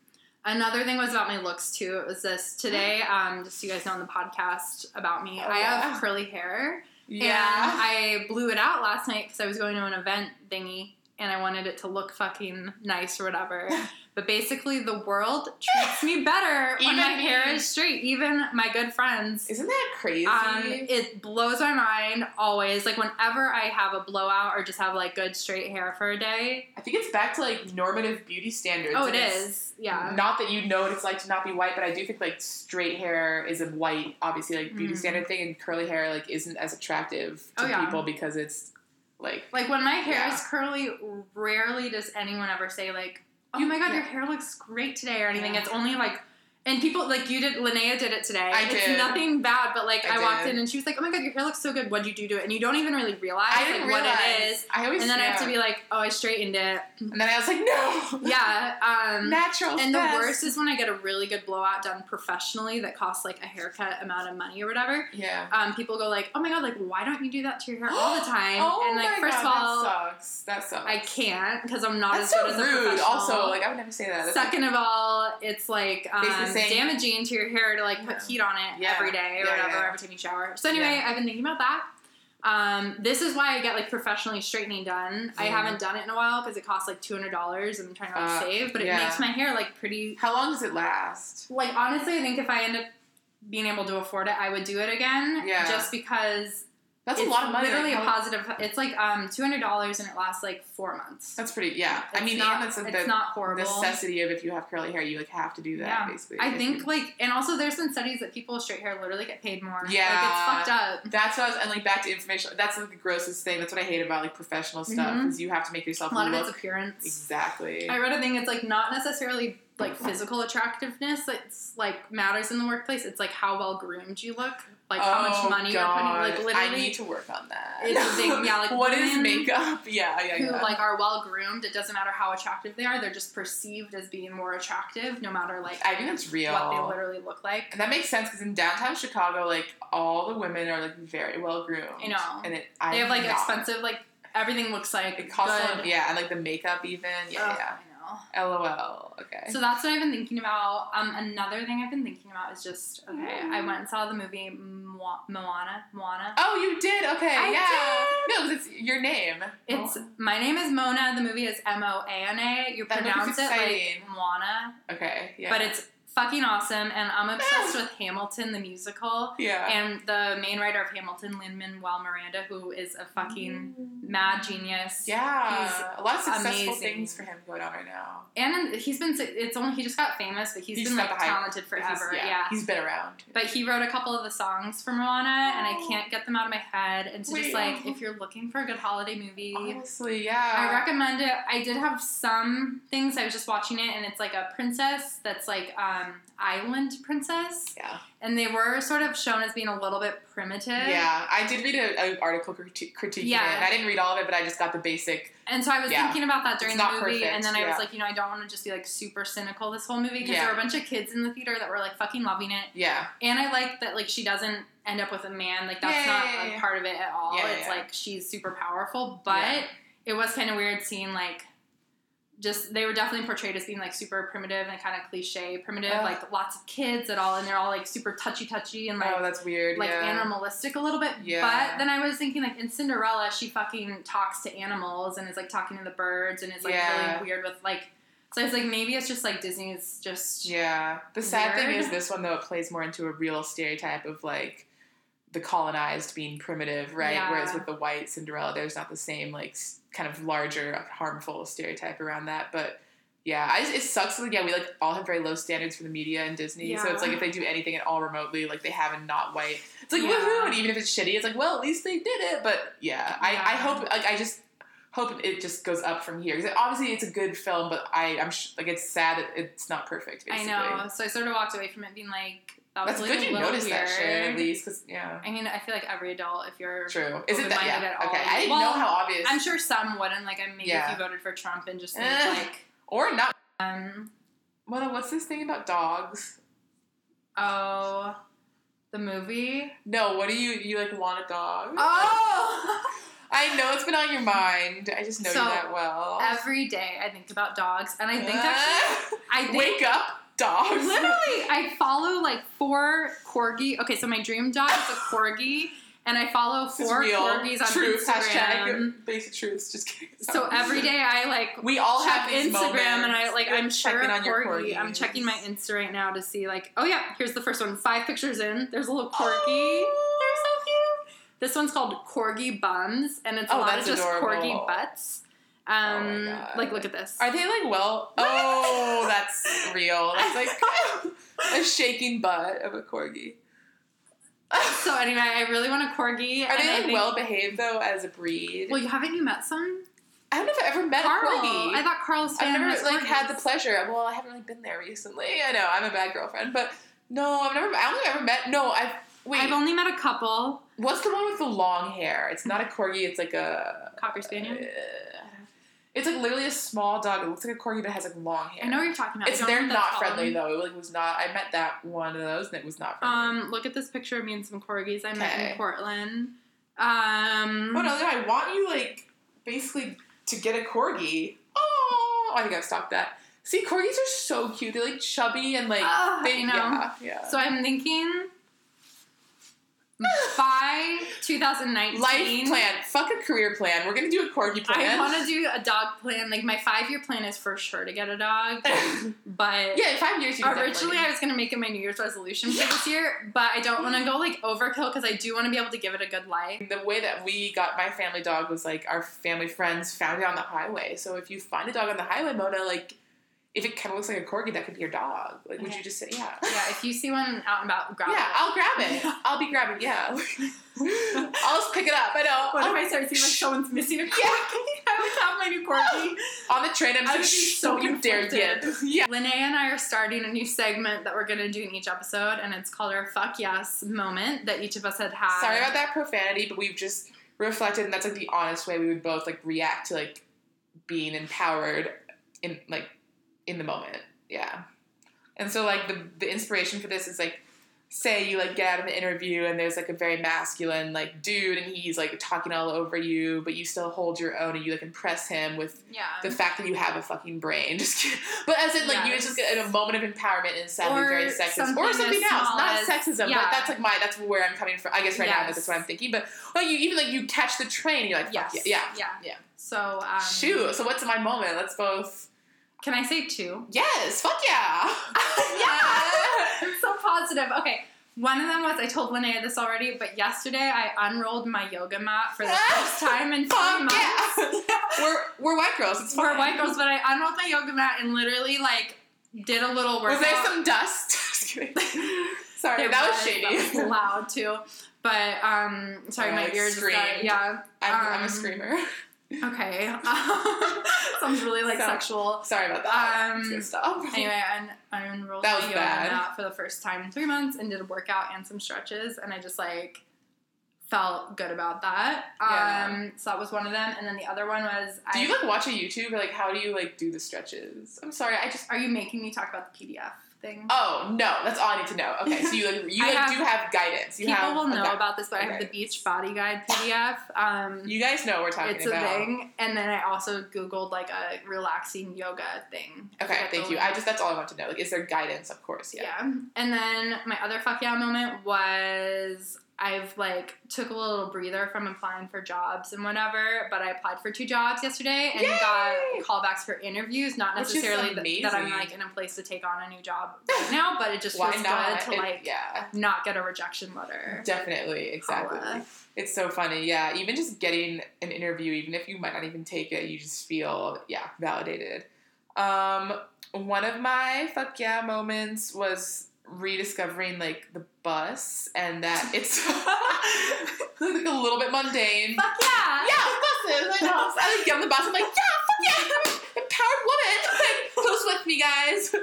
Speaker 1: Another thing was about my looks too. It was this today. Um, just so you guys know on the podcast about me,
Speaker 2: Oh,
Speaker 1: I
Speaker 2: yeah.
Speaker 1: have curly hair. And I blew it out last night because I was going to an event thingy and I wanted it to look fucking nice or whatever. but basically, the world treats me better when
Speaker 2: Even
Speaker 1: my hair
Speaker 2: me.
Speaker 1: is straight. Even my good friends.
Speaker 2: Isn't that crazy?
Speaker 1: Um, it blows my mind always. Like whenever I have a blowout or just have like good straight hair for a day.
Speaker 2: I think it's back to like normative beauty standards.
Speaker 1: Oh, it
Speaker 2: and it's
Speaker 1: is. Yeah.
Speaker 2: Not that you know what it's like to not be white, but I do think like straight hair is a white, obviously like beauty
Speaker 1: Mhm.
Speaker 2: standard thing, and curly hair like isn't as attractive to
Speaker 1: Oh, yeah.
Speaker 2: people because it's like
Speaker 1: Like when my hair
Speaker 2: Yeah.
Speaker 1: is curly, rarely does anyone ever say like, "Oh
Speaker 2: Oh,
Speaker 1: my god,
Speaker 2: yeah.
Speaker 1: your hair looks great today" or anything.
Speaker 2: Yeah.
Speaker 1: It's only like, and people like you did. Linnea did it today.
Speaker 2: I
Speaker 1: it's
Speaker 2: did.
Speaker 1: nothing bad, but like
Speaker 2: I
Speaker 1: I, walked
Speaker 2: did.
Speaker 1: in and she was like, "Oh my god, your hair looks so good. What'd you do to it?" And you don't even really realize
Speaker 2: I didn't
Speaker 1: like,
Speaker 2: realize.
Speaker 1: what it is.
Speaker 2: I always
Speaker 1: And then I have to
Speaker 2: yeah.
Speaker 1: be like, "Oh, I straightened it."
Speaker 2: and then I was like, no,
Speaker 1: yeah. Um,
Speaker 2: natural.
Speaker 1: and the
Speaker 2: best.
Speaker 1: worst is when I get a really good blowout done professionally that costs like a haircut amount of money or whatever.
Speaker 2: yeah.
Speaker 1: Um, people go like, "Oh my god, like why don't you do that to your hair all the time?"
Speaker 2: oh
Speaker 1: and like
Speaker 2: my
Speaker 1: first
Speaker 2: God,
Speaker 1: of all,
Speaker 2: that sucks. That sucks.
Speaker 1: I can't because I'm not
Speaker 2: That's
Speaker 1: as
Speaker 2: so
Speaker 1: good as a
Speaker 2: rude.
Speaker 1: professional.
Speaker 2: Also, like I would never say that. That's
Speaker 1: second of all, it's like um,
Speaker 2: Basically saying-
Speaker 1: damaging to your hair to like put
Speaker 2: Yeah.
Speaker 1: heat on it
Speaker 2: Yeah.
Speaker 1: every day or
Speaker 2: Yeah,
Speaker 1: whatever
Speaker 2: yeah.
Speaker 1: every time you shower. So anyway, I've been thinking about that. Um, this is why I get like professionally straightening done. I
Speaker 2: Mhm.
Speaker 1: haven't done it in a while because it costs like two hundred dollars and I'm trying to like,
Speaker 2: Uh,
Speaker 1: save, but
Speaker 2: yeah.
Speaker 1: it makes my hair like pretty.
Speaker 2: How long does it last?
Speaker 1: Like honestly, I think if I end up being able to afford it, I would do it again.
Speaker 2: Yeah.
Speaker 1: Just because
Speaker 2: That's
Speaker 1: it's
Speaker 2: a lot of money.
Speaker 1: Literally
Speaker 2: Like,
Speaker 1: a
Speaker 2: how-
Speaker 1: positive. It's like um two hundred dollars and it lasts like four months.
Speaker 2: That's pretty. Yeah, I
Speaker 1: It's
Speaker 2: mean,
Speaker 1: not,
Speaker 2: that's a,
Speaker 1: it's
Speaker 2: the
Speaker 1: not horrible.
Speaker 2: necessity of if you have curly hair, you like have to do that.
Speaker 1: Yeah.
Speaker 2: Basically,
Speaker 1: I think like, and also there's been studies that people with straight hair literally get paid more.
Speaker 2: Yeah.
Speaker 1: like, it's fucked up.
Speaker 2: that's what I was, and like back to information. That's like the grossest thing. That's what I hate about like professional stuff
Speaker 1: Mhm.
Speaker 2: because you have to make yourself
Speaker 1: A lot of
Speaker 2: look
Speaker 1: it's appearance.
Speaker 2: exactly.
Speaker 1: I read a thing. It's like not necessarily like physical attractiveness. It's like matters in the workplace. It's like how well groomed you look, like how
Speaker 2: Oh,
Speaker 1: much money
Speaker 2: God.
Speaker 1: you're putting. Like
Speaker 2: I
Speaker 1: literally,
Speaker 2: need to work on that.
Speaker 1: It's a big- yeah, like,
Speaker 2: what is
Speaker 1: women
Speaker 2: makeup? Yeah, yeah,
Speaker 1: who
Speaker 2: yeah.
Speaker 1: like are well groomed. It doesn't matter how attractive they are. They're just perceived as being more attractive, no matter like
Speaker 2: I think that's real.
Speaker 1: what they literally look like.
Speaker 2: And that makes sense because in downtown Chicago, like all the women are like very well groomed.
Speaker 1: I know.
Speaker 2: And it, I
Speaker 1: They have like
Speaker 2: not.
Speaker 1: expensive like everything looks like
Speaker 2: It costs a
Speaker 1: good.
Speaker 2: lot, yeah, and like the makeup even,
Speaker 1: Ugh,
Speaker 2: yeah,
Speaker 1: I know.
Speaker 2: yeah. LOL. Okay.
Speaker 1: So that's what I've been thinking about. Um, another thing I've been thinking about is just okay. I went and saw the movie Mo- Moana. Moana.
Speaker 2: Mm. oh, you did. Okay.
Speaker 1: I
Speaker 2: yeah. No, 'cause it's your name. Oh,
Speaker 1: It's my name is Mona. The movie is M O A N A. You
Speaker 2: That looks
Speaker 1: pronounce it like
Speaker 2: exciting.
Speaker 1: Moana,
Speaker 2: okay. Yeah.
Speaker 1: but it's fucking awesome. And I'm obsessed with Hamilton the musical
Speaker 2: yeah.
Speaker 1: and the main writer of Hamilton, Lin Manuel Miranda, who is a fucking mad genius.
Speaker 2: Mm-hmm. Yeah. a lot of successful
Speaker 1: amazing.
Speaker 2: things for him going on right now.
Speaker 1: And he's been. It's only he just got famous, but he's
Speaker 2: He's
Speaker 1: been
Speaker 2: got
Speaker 1: like
Speaker 2: the hype.
Speaker 1: talented forever.
Speaker 2: He's, yeah,
Speaker 1: yeah.
Speaker 2: He's been around.
Speaker 1: But he wrote a couple of the songs for Moana, and I
Speaker 2: Oh.
Speaker 1: can't get them out of my head. And so,
Speaker 2: Wait,
Speaker 1: just like
Speaker 2: oh.
Speaker 1: if you're looking for a good holiday movie,
Speaker 2: Honestly, yeah.
Speaker 1: I recommend it. I did have some things. I was just watching it, and it's like a princess that's like um island princess,
Speaker 2: Yeah.
Speaker 1: and they were sort of shown as being a little bit primitive.
Speaker 2: Yeah. I did read an article criti- critiquing
Speaker 1: Yeah.
Speaker 2: it. I didn't read all of it, but I just got the basic.
Speaker 1: And so I was
Speaker 2: Yeah.
Speaker 1: thinking about that during
Speaker 2: It's
Speaker 1: the
Speaker 2: not
Speaker 1: movie,
Speaker 2: perfect,
Speaker 1: and then I
Speaker 2: yeah.
Speaker 1: was like, you know, I don't want to just be like super cynical this whole movie because
Speaker 2: Yeah.
Speaker 1: there were a bunch of kids in the theater that were like fucking loving it.
Speaker 2: Yeah.
Speaker 1: And I like that like she doesn't end up with a man. Like that's
Speaker 2: Yeah,
Speaker 1: not
Speaker 2: yeah, yeah,
Speaker 1: a
Speaker 2: yeah.
Speaker 1: part of it at all.
Speaker 2: Yeah, yeah,
Speaker 1: it's
Speaker 2: yeah.
Speaker 1: like she's super powerful, but
Speaker 2: Yeah.
Speaker 1: it was kind of weird seeing like just they were definitely portrayed as being like super primitive and kind of cliche primitive
Speaker 2: Ugh.
Speaker 1: like lots of kids at all and they're all like super touchy touchy and like
Speaker 2: oh, that's weird.
Speaker 1: like
Speaker 2: yeah.
Speaker 1: animalistic a little bit.
Speaker 2: Yeah.
Speaker 1: But then I was thinking like in Cinderella, she fucking talks to animals and is like talking to the birds and is like
Speaker 2: Yeah.
Speaker 1: really weird with like. So I was like, maybe it's just like Disney's just
Speaker 2: Yeah. The sad thing
Speaker 1: Weird.
Speaker 2: is this one though it plays more into a real stereotype of like the colonized being primitive, right?
Speaker 1: Yeah.
Speaker 2: Whereas with the white Cinderella, there's not the same like s- kind of larger harmful stereotype around that, but. Yeah, I just, it sucks. that, Yeah, we like all have very low standards for the media and Disney, so it's like
Speaker 1: Yeah.
Speaker 2: if they do anything at all remotely, like they have a not white, it's like
Speaker 1: Yeah.
Speaker 2: woohoo! And even if it's shitty, it's like well, at least they did it. But yeah, I, I
Speaker 1: Yeah.
Speaker 2: hope like I just hope it just goes up from here because obviously it's a good film, but I I'm sh- like it's sad that it's not perfect.
Speaker 1: I
Speaker 2: Basically.
Speaker 1: know. So I sort of walked away from it being like that was
Speaker 2: That's
Speaker 1: like
Speaker 2: good
Speaker 1: a
Speaker 2: you
Speaker 1: little
Speaker 2: noticed
Speaker 1: weird.
Speaker 2: that shit at least because yeah,
Speaker 1: I mean, I feel like every adult, if you're,
Speaker 2: true. Is it that?
Speaker 1: Open-minded
Speaker 2: Yeah.
Speaker 1: at all.
Speaker 2: Okay, I didn't
Speaker 1: Well,
Speaker 2: know how obvious
Speaker 1: I'm sure some wouldn't. Like, I maybe if
Speaker 2: Yeah.
Speaker 1: you voted for Trump and just
Speaker 2: Eh.
Speaker 1: like,
Speaker 2: or not.
Speaker 1: um,
Speaker 2: Well, what's this thing about dogs?
Speaker 1: oh, the movie.
Speaker 2: No, what do you you like want a dog?
Speaker 1: Uh, Oh.
Speaker 2: I know it's been on your mind. I just know
Speaker 1: So,
Speaker 2: you that well.
Speaker 1: Every day I think about dogs, and I think
Speaker 2: Eh.
Speaker 1: actually, I think
Speaker 2: wake up, dogs.
Speaker 1: Literally, I follow like four corgi. Okay, so my dream dog is a corgi, and I follow
Speaker 2: This is
Speaker 1: four
Speaker 2: real.
Speaker 1: corgis on
Speaker 2: truth.
Speaker 1: Instagram.
Speaker 2: Hashtag basic truths. Just kidding.
Speaker 1: So every day I like
Speaker 2: we all
Speaker 1: check
Speaker 2: have these
Speaker 1: Instagram,
Speaker 2: moments.
Speaker 1: and I like
Speaker 2: You're
Speaker 1: I'm sure
Speaker 2: checking
Speaker 1: a
Speaker 2: on your
Speaker 1: corgi. I'm
Speaker 2: corgis.
Speaker 1: checking my Insta right now to see like oh yeah, here's the first one. Five pictures in. There's a little corgi.
Speaker 2: Oh.
Speaker 1: They're so cute. This one's called Corgi Buns, and it's a
Speaker 2: Oh,
Speaker 1: lot of
Speaker 2: that's
Speaker 1: just corgi
Speaker 2: adorable. Oh
Speaker 1: butts.
Speaker 2: my
Speaker 1: Um,
Speaker 2: God.
Speaker 1: like look at this.
Speaker 2: Are they like well? Oh, that's real. That's like a shaking butt of a corgi.
Speaker 1: so anyway, I really want a corgi.
Speaker 2: Are
Speaker 1: and
Speaker 2: they
Speaker 1: I
Speaker 2: like
Speaker 1: think-
Speaker 2: well behaved though as a breed?
Speaker 1: Well, you haven't you met some?
Speaker 2: I don't know if I've ever met
Speaker 1: Carl.
Speaker 2: a corgi.
Speaker 1: I thought Carl Stan
Speaker 2: have
Speaker 1: was
Speaker 2: never like had the
Speaker 1: gorgeous.
Speaker 2: pleasure. Well, I haven't really been there recently. I know I'm a bad girlfriend, but no, I've never. I only ever met. No, I've. Wait,
Speaker 1: I've only met a couple
Speaker 2: what's the one with the long hair? It's not a corgi. It's like a.
Speaker 1: cocker spaniel.
Speaker 2: Uh, it's like literally a small dog. It looks like a corgi, but it has like long hair.
Speaker 1: I know what you're talking about.
Speaker 2: It's
Speaker 1: I don't
Speaker 2: they're
Speaker 1: know what
Speaker 2: not
Speaker 1: that's
Speaker 2: friendly
Speaker 1: called.
Speaker 2: though. It like was not. I met that one of those, and it was not friendly.
Speaker 1: Um, look at this picture of me and some corgis I met
Speaker 2: Okay.
Speaker 1: in Portland. Um,
Speaker 2: oh no, no, I want you like basically to get a corgi. Oh, I think I've stopped that. See, corgis are so cute. They're like chubby and like
Speaker 1: Ugh,
Speaker 2: they
Speaker 1: I know.
Speaker 2: yeah yeah.
Speaker 1: So I'm thinking by 2019,
Speaker 2: Life plan. Fuck a career plan. We're gonna do a corgi
Speaker 1: I
Speaker 2: plan.
Speaker 1: want to do a dog plan. Like my five year plan is for sure to get a dog, but
Speaker 2: yeah, in five years. You can
Speaker 1: Originally, I
Speaker 2: definitely-
Speaker 1: was gonna make it my New Year's resolution for this year, but I don't want to go like overkill because I do want to be able to give it a good life.
Speaker 2: the way that we got my family dog was like our family friends found it on the highway. So if you find a dog on the highway, Mona, like if it kind of looks like a corgi, that could be your dog. Like, would
Speaker 1: Okay.
Speaker 2: you just say yeah?
Speaker 1: Yeah, if you see one out and about, grab
Speaker 2: Yeah,
Speaker 1: it.
Speaker 2: I'll grab it. I'll be grabbing. Yeah, I'll just pick it up. I know.
Speaker 1: What
Speaker 2: I'll-
Speaker 1: if I start seeing like someone's missing a corgi?
Speaker 2: Yeah.
Speaker 1: I would have my new corgi.
Speaker 2: on the train,
Speaker 1: I
Speaker 2: I'm just like,
Speaker 1: would be
Speaker 2: "Shh,
Speaker 1: so
Speaker 2: don't you dare get.
Speaker 1: conflicted.
Speaker 2: Yeah.
Speaker 1: Linnea and I are starting a new segment that we're gonna do in each episode, and it's called our "fuck yes" moment that each of us had had.
Speaker 2: Sorry about that profanity, but we've just reflected, and that's like the honest way we would both like react to like being empowered in like in the moment. Yeah. And so like the the inspiration for this is like say you like get out of an interview and there's like a very masculine like dude and he's like talking all over you but you still hold your own and you like impress him with the
Speaker 1: Yeah.
Speaker 2: fact that you have a fucking brain. Just kidding. But as in, like, you
Speaker 1: Yes.
Speaker 2: just get in a moment of empowerment and sadly
Speaker 1: Or
Speaker 2: very sexist.
Speaker 1: something
Speaker 2: or
Speaker 1: as
Speaker 2: something else.
Speaker 1: small
Speaker 2: Not
Speaker 1: as-
Speaker 2: sexism,
Speaker 1: yeah.
Speaker 2: but that's, like, my, that's where I'm coming from. I guess right now
Speaker 1: Yes.
Speaker 2: that's what I'm thinking. But, like, you even, like, you catch the train and you're like, fuck
Speaker 1: Yes.
Speaker 2: yeah.
Speaker 1: Yeah.
Speaker 2: Yeah.
Speaker 1: So um,
Speaker 2: yeah. Shoot. So what's my moment? Let's both.
Speaker 1: Can I say two?
Speaker 2: Yes. Fuck yeah.
Speaker 1: Yeah. so positive. Okay. One of them was I told Linnea this already, but yesterday I unrolled my yoga mat for the first time in three
Speaker 2: Fuck
Speaker 1: months.
Speaker 2: yeah. we're, we're white girls. It's
Speaker 1: We're
Speaker 2: fine.
Speaker 1: white girls, but I unrolled my yoga mat and literally like did a little workout.
Speaker 2: Was there some dust? Just kidding. Sorry,
Speaker 1: There
Speaker 2: that was,
Speaker 1: was,
Speaker 2: shady.
Speaker 1: That was loud too. But um, sorry,
Speaker 2: I,
Speaker 1: my
Speaker 2: like,
Speaker 1: ears. just got-
Speaker 2: screamed.
Speaker 1: Yeah.
Speaker 2: I'm, I'm
Speaker 1: um,
Speaker 2: a screamer.
Speaker 1: Okay. Sounds really like
Speaker 2: So-
Speaker 1: sexual.
Speaker 2: Sorry about that.
Speaker 1: um,
Speaker 2: It's gonna stop.
Speaker 1: Anyway, I, I enrolled
Speaker 2: That
Speaker 1: my
Speaker 2: was
Speaker 1: yoga
Speaker 2: bad.
Speaker 1: mat for the first time in three months and did a workout and some stretches, and I just like felt good about that.
Speaker 2: Yeah.
Speaker 1: Um, so that was one of them, and then the other one was.
Speaker 2: Do
Speaker 1: I,
Speaker 2: you like watch a YouTube or like how do you like do the stretches? I'm sorry, I just
Speaker 1: Are you making me talk about the PDF thing?
Speaker 2: Oh no, that's all I need to know. Okay, so you like, you
Speaker 1: I
Speaker 2: like,
Speaker 1: have-
Speaker 2: do have guidance. You
Speaker 1: People
Speaker 2: have
Speaker 1: will
Speaker 2: a
Speaker 1: know
Speaker 2: gui-
Speaker 1: about this, but I have
Speaker 2: okay.
Speaker 1: the Beach Body Guide PDF. Um,
Speaker 2: You guys know what we're talking
Speaker 1: it's
Speaker 2: about.
Speaker 1: a thing, and then I also googled like a relaxing yoga thing. I
Speaker 2: Okay,
Speaker 1: forget
Speaker 2: thank
Speaker 1: the
Speaker 2: you. I just that's all I want to know. Like, is there guidance? Of course, yeah.
Speaker 1: yeah. And then my other fuck yeah moment was I've like took a little breather from applying for jobs and whatever, but I applied for two jobs yesterday and
Speaker 2: Yay!
Speaker 1: got callbacks for interviews. Not
Speaker 2: Which is
Speaker 1: necessarily th- that I'm
Speaker 2: amazing.
Speaker 1: like in a place to take on a new job right now, but it just
Speaker 2: Why
Speaker 1: feels
Speaker 2: not?
Speaker 1: good
Speaker 2: It-
Speaker 1: to like
Speaker 2: yeah,
Speaker 1: not get a rejection letter.
Speaker 2: definitely, exactly.
Speaker 1: Holla.
Speaker 2: It's so funny. Yeah, even just getting an interview, even if you might not even take it, you just feel yeah validated. Um, one of my fuck yeah moments was rediscovering like the bus and that it's like a little bit mundane.
Speaker 1: Fuck yeah!
Speaker 2: yeah, buses. I know. I like get on the bus. I'm like, yeah, fuck yeah, empowered woman. Like, close with me, guys.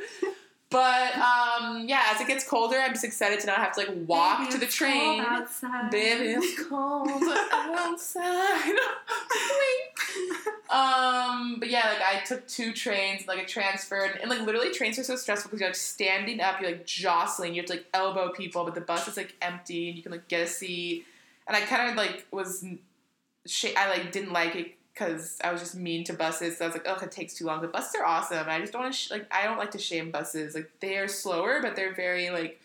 Speaker 2: But um, yeah, as it gets colder, I'm just excited to not have to like walk
Speaker 1: Baby,
Speaker 2: to the
Speaker 1: it's cold
Speaker 2: train.
Speaker 1: outside.
Speaker 2: Baby, it's cold outside. um, but yeah, like I took two trains, like I transferred, and like literally trains are so stressful because you're like standing up, you're like jostling, you have to like elbow people, but the bus is like empty, and you can like get a seat. And I kind of like was, sh- I like didn't like it because I was just mean to buses. So I was like, oh, it takes too long. The buses are awesome. I just don't want to sh- like I don't like to shame buses. Like they are slower, but they're very like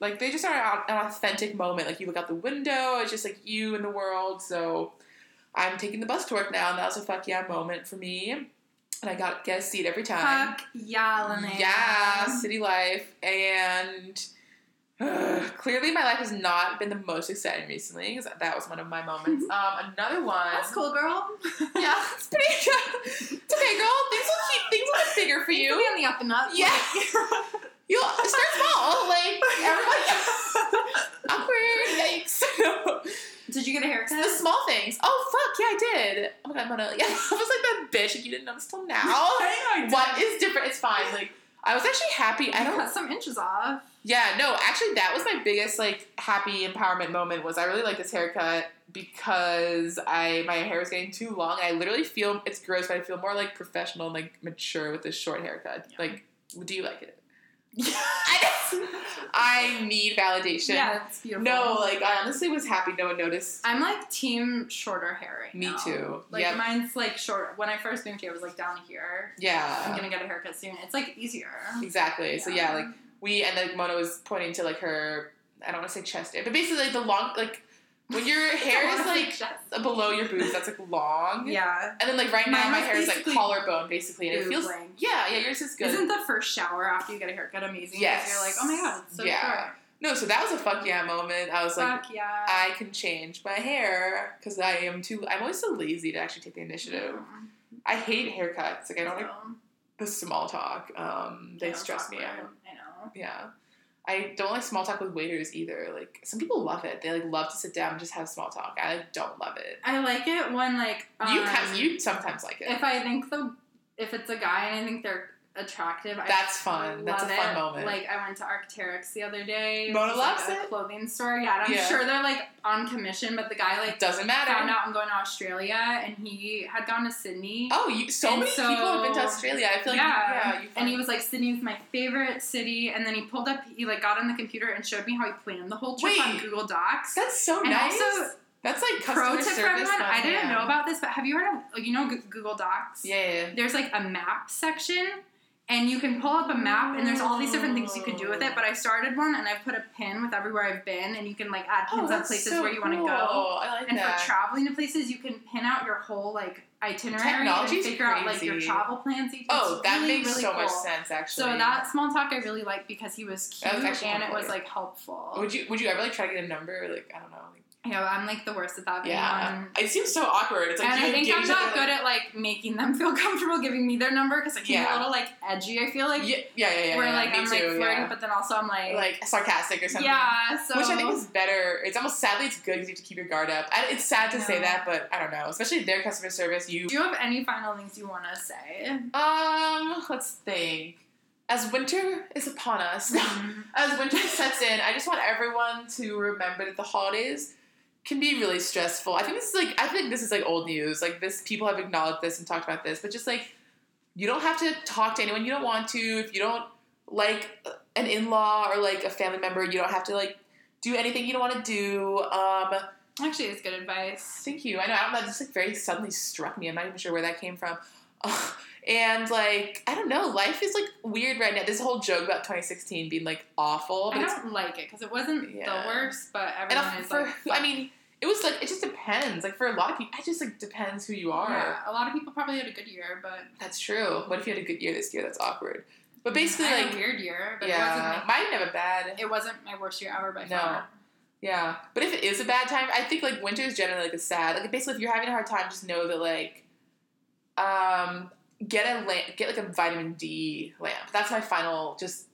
Speaker 2: like they just are an- an authentic moment. Like you look out the window, it's just like you and the world. So I'm taking the bus to work now, and that was a fuck yeah moment for me. And I got get a seat every time.
Speaker 1: Fuck yeah, Linnea.
Speaker 2: yeah, city life, and ugh, clearly my life has not been the most exciting recently because that was one of my moments. um, another one.
Speaker 1: That's cool, girl.
Speaker 2: Yeah, it's pretty. it's okay, girl. Things will keep things will get bigger for
Speaker 1: You
Speaker 2: you.
Speaker 1: be on the up and up.
Speaker 2: Yeah. You'll start small, like everybody. Awkward. Yikes.
Speaker 1: Did you get a haircut?
Speaker 2: the small things. Oh fuck, yeah, I did. Oh my god, I'm gonna. Yeah, I was like that bitch, and you didn't notice till now. what is different? It's fine. Like I was actually happy. I
Speaker 1: I
Speaker 2: don't.
Speaker 1: cut some inches off.
Speaker 2: Yeah, no, actually, that was my biggest like happy empowerment moment. Was I really like this haircut because I my hair was getting too long. And I literally feel it's gross, but I feel more like professional and like mature with this short haircut.
Speaker 1: Yeah.
Speaker 2: Like, do you like it? I just, I need validation.
Speaker 1: Yeah, it's beautiful.
Speaker 2: No, like I honestly was happy no one noticed.
Speaker 1: I'm like team shorter hair right
Speaker 2: Me
Speaker 1: now.
Speaker 2: too.
Speaker 1: Like
Speaker 2: Yep.
Speaker 1: mine's like short. When I first moved here, it was like down here. I'm
Speaker 2: Yeah,
Speaker 1: gonna get a haircut soon. It's like easier.
Speaker 2: exactly. So yeah, like we and like Mona was pointing to like her. I don't want to say chest, area, but basically like the long like when your hair is like
Speaker 1: just,
Speaker 2: below your boobs that's like long.
Speaker 1: yeah.
Speaker 2: And then like right now
Speaker 1: Mine
Speaker 2: my
Speaker 1: was
Speaker 2: hair is like
Speaker 1: basically
Speaker 2: collarbone basically and it
Speaker 1: boob
Speaker 2: feels
Speaker 1: length.
Speaker 2: yeah, yeah, yours is good.
Speaker 1: Isn't the first shower after you get a haircut amazing? 'Cause
Speaker 2: Yes.
Speaker 1: You're like, oh my god, it's so
Speaker 2: Yeah.
Speaker 1: short.
Speaker 2: no, so that was a fuck yeah moment. I was like
Speaker 1: Fuck yeah.
Speaker 2: I can change my hair because I am too I'm always so lazy to actually take the initiative. I hate haircuts. Like I don't like the small talk. Um they
Speaker 1: Yeah, it's
Speaker 2: stress me
Speaker 1: awkward.
Speaker 2: out.
Speaker 1: I know.
Speaker 2: Yeah. I don't like small talk with waiters either. Like some people love it. They like love to sit down and just have small talk. I like don't love it.
Speaker 1: I like it when like
Speaker 2: you
Speaker 1: um,
Speaker 2: kind you sometimes like it.
Speaker 1: if I think the if it's a guy and I think they're attractive, I
Speaker 2: That's fun. That's a
Speaker 1: love
Speaker 2: fun
Speaker 1: it.
Speaker 2: moment.
Speaker 1: Like I went to Arcteryx the other day. which
Speaker 2: Mona
Speaker 1: is, like,
Speaker 2: loves
Speaker 1: a
Speaker 2: it.
Speaker 1: Clothing store. Yeah, and I'm
Speaker 2: Yeah.
Speaker 1: sure they're like on commission, but the guy like
Speaker 2: Doesn't matter.
Speaker 1: found out I'm going to Australia and he had gone to Sydney.
Speaker 2: Oh, you, so
Speaker 1: And
Speaker 2: many
Speaker 1: so-
Speaker 2: people have been to Australia. I feel like
Speaker 1: yeah.
Speaker 2: you, yeah you
Speaker 1: and he was like, Sydney's my favorite city. And then he pulled up, he like got on the computer and showed me how he planned the whole trip on
Speaker 2: Wait.
Speaker 1: Google Docs.
Speaker 2: that's so
Speaker 1: and
Speaker 2: nice.
Speaker 1: also,
Speaker 2: that's like
Speaker 1: pro
Speaker 2: customer
Speaker 1: tip for
Speaker 2: service.
Speaker 1: everyone, I didn't know
Speaker 2: about.
Speaker 1: about this, but have you heard of, like, you know, G- Google Docs?
Speaker 2: Yeah, yeah, yeah.
Speaker 1: there's like a map section and you can pull up a map and there's all these different things you could do with it but i started one and i've put a pin with everywhere i've been and you can like add
Speaker 2: oh,
Speaker 1: pins on
Speaker 2: that's
Speaker 1: places
Speaker 2: so
Speaker 1: where you want to
Speaker 2: cool.
Speaker 1: go
Speaker 2: I like
Speaker 1: and
Speaker 2: that.
Speaker 1: for traveling to places you can pin out your whole like itinerary and
Speaker 2: Technology's
Speaker 1: figure out like your
Speaker 2: crazy.
Speaker 1: travel plans It's
Speaker 2: oh, that
Speaker 1: really,
Speaker 2: makes
Speaker 1: really
Speaker 2: so much
Speaker 1: cool.
Speaker 2: sense. Actually,
Speaker 1: so that small talk i really liked because he was
Speaker 2: That
Speaker 1: cute
Speaker 2: was actually
Speaker 1: and it
Speaker 2: helpful,
Speaker 1: was
Speaker 2: yeah.
Speaker 1: like helpful
Speaker 2: Would you would you ever like try to get a number? Like I don't know. Like,
Speaker 1: you know i'm like the worst at that but,
Speaker 2: yeah,
Speaker 1: um,
Speaker 2: it seems so awkward. It's like
Speaker 1: and
Speaker 2: you
Speaker 1: I think
Speaker 2: give
Speaker 1: I'm
Speaker 2: each
Speaker 1: not
Speaker 2: other,
Speaker 1: good at like making them feel comfortable giving me their number because I can be
Speaker 2: Yeah.
Speaker 1: a little like edgy. I feel like
Speaker 2: yeah, yeah, yeah, yeah.
Speaker 1: where
Speaker 2: yeah,
Speaker 1: like
Speaker 2: me
Speaker 1: I'm
Speaker 2: too,
Speaker 1: like flirting,
Speaker 2: yeah.
Speaker 1: but then also I'm like,
Speaker 2: like sarcastic or something.
Speaker 1: yeah. So
Speaker 2: Which I think is better. It's almost sadly it's good because you have to keep your guard up. I, it's sad to say
Speaker 1: Yeah.
Speaker 2: that, but I don't know. Especially their customer service, you
Speaker 1: do you have any final things you want to say?
Speaker 2: Um, let's think. As winter is upon us, as winter sets in, I just want everyone to remember that the holidays can be really stressful. I think this is like I think this is like old news. Like this people have acknowledged this and talked about this, but just like you don't have to talk to anyone you don't want to if you don't like an in-law or like a family member. You don't have to like do anything you don't want to do. Um,
Speaker 1: Actually, it's good advice.
Speaker 2: thank you. I know I'm not just like very suddenly struck me. I'm not even sure where that came from. Ugh. and like I don't know, life is like weird right now. This whole joke about 2016 being like awful, but
Speaker 1: I
Speaker 2: it's,
Speaker 1: don't like it because it wasn't
Speaker 2: Yeah.
Speaker 1: the worst, but
Speaker 2: and
Speaker 1: everyone
Speaker 2: I-
Speaker 1: is
Speaker 2: for
Speaker 1: like,
Speaker 2: who- I mean, it was like it just depends. Like for a lot of people, it just like depends who you are.
Speaker 1: yeah, a lot of people probably had a good year, but
Speaker 2: That's true. What if you had a good year this year? That's awkward. But basically,
Speaker 1: I had
Speaker 2: like
Speaker 1: a weird year, but
Speaker 2: yeah,
Speaker 1: it wasn't
Speaker 2: mine never bad.
Speaker 1: like, it wasn't my worst year ever by
Speaker 2: No.
Speaker 1: far.
Speaker 2: Yeah, but if it is a bad time, I think like winter is generally like a sad. Like basically, if you're having a hard time, just know that like, um, get a lamp, get like a vitamin D lamp. That's my final. Just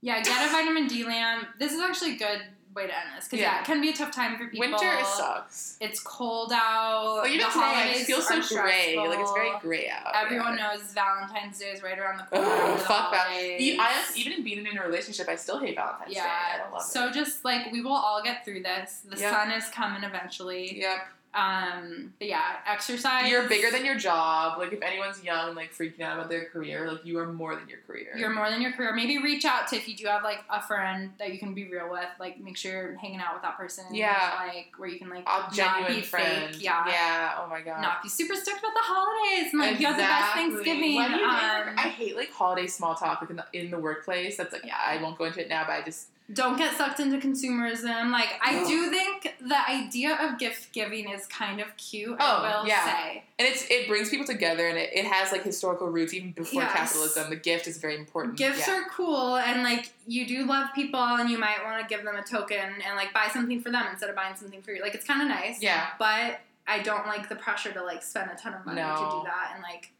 Speaker 1: Yeah, get a vitamin D lamp. This is actually a good way to end this because
Speaker 2: Yeah.
Speaker 1: yeah. it can be a tough time for people.
Speaker 2: winter it sucks.
Speaker 1: It's cold out.
Speaker 2: Like even
Speaker 1: the
Speaker 2: today, I
Speaker 1: holidays
Speaker 2: just feel so
Speaker 1: are
Speaker 2: gray. Like it's very
Speaker 1: stressful.
Speaker 2: gray out.
Speaker 1: Everyone
Speaker 2: yeah.
Speaker 1: knows Valentine's Day is right around the corner.
Speaker 2: Oh,
Speaker 1: the
Speaker 2: fuck that.
Speaker 1: holidays.
Speaker 2: E- I, even being in a relationship, I still hate Valentine's Day. I
Speaker 1: yeah.
Speaker 2: don't love
Speaker 1: So
Speaker 2: it.
Speaker 1: just like we will all get through this. The
Speaker 2: Yeah.
Speaker 1: sun is coming eventually.
Speaker 2: Yep.
Speaker 1: Um, but yeah, exercise.
Speaker 2: You're bigger than your job. Like if anyone's young, and, like freaking out about their career, like you are more than your career.
Speaker 1: You're more than your career. Maybe reach out to if you do have like a friend that you can be real with. Like make sure you're hanging out with that person.
Speaker 2: Yeah.
Speaker 1: Like where you can like
Speaker 2: a genuine
Speaker 1: not be
Speaker 2: friend.
Speaker 1: fake. Yeah.
Speaker 2: Yeah. Oh my god.
Speaker 1: Not be super stoked about the holidays. and, Like you have the best
Speaker 2: Exactly.
Speaker 1: Thanksgiving.
Speaker 2: What do you do?
Speaker 1: um,
Speaker 2: I hate like holiday small talk like, in the, in the workplace. That's like
Speaker 1: Yeah.
Speaker 2: I won't go into it now, but I just
Speaker 1: don't get sucked into consumerism. Like I
Speaker 2: Ugh.
Speaker 1: do think the idea of gift giving is kind of cute.
Speaker 2: Oh,
Speaker 1: I will
Speaker 2: yeah.
Speaker 1: say.
Speaker 2: and it's it brings people together and it, it has like historical roots even before
Speaker 1: Yes.
Speaker 2: capitalism. The gift is very important.
Speaker 1: Gifts
Speaker 2: yeah.
Speaker 1: are cool, and like you do love people, and you might want to give them a token and like buy something for them instead of buying something for you. Like it's kind of nice.
Speaker 2: yeah.
Speaker 1: But I don't like the pressure to like spend a ton of money to
Speaker 2: No.
Speaker 1: do that. And like,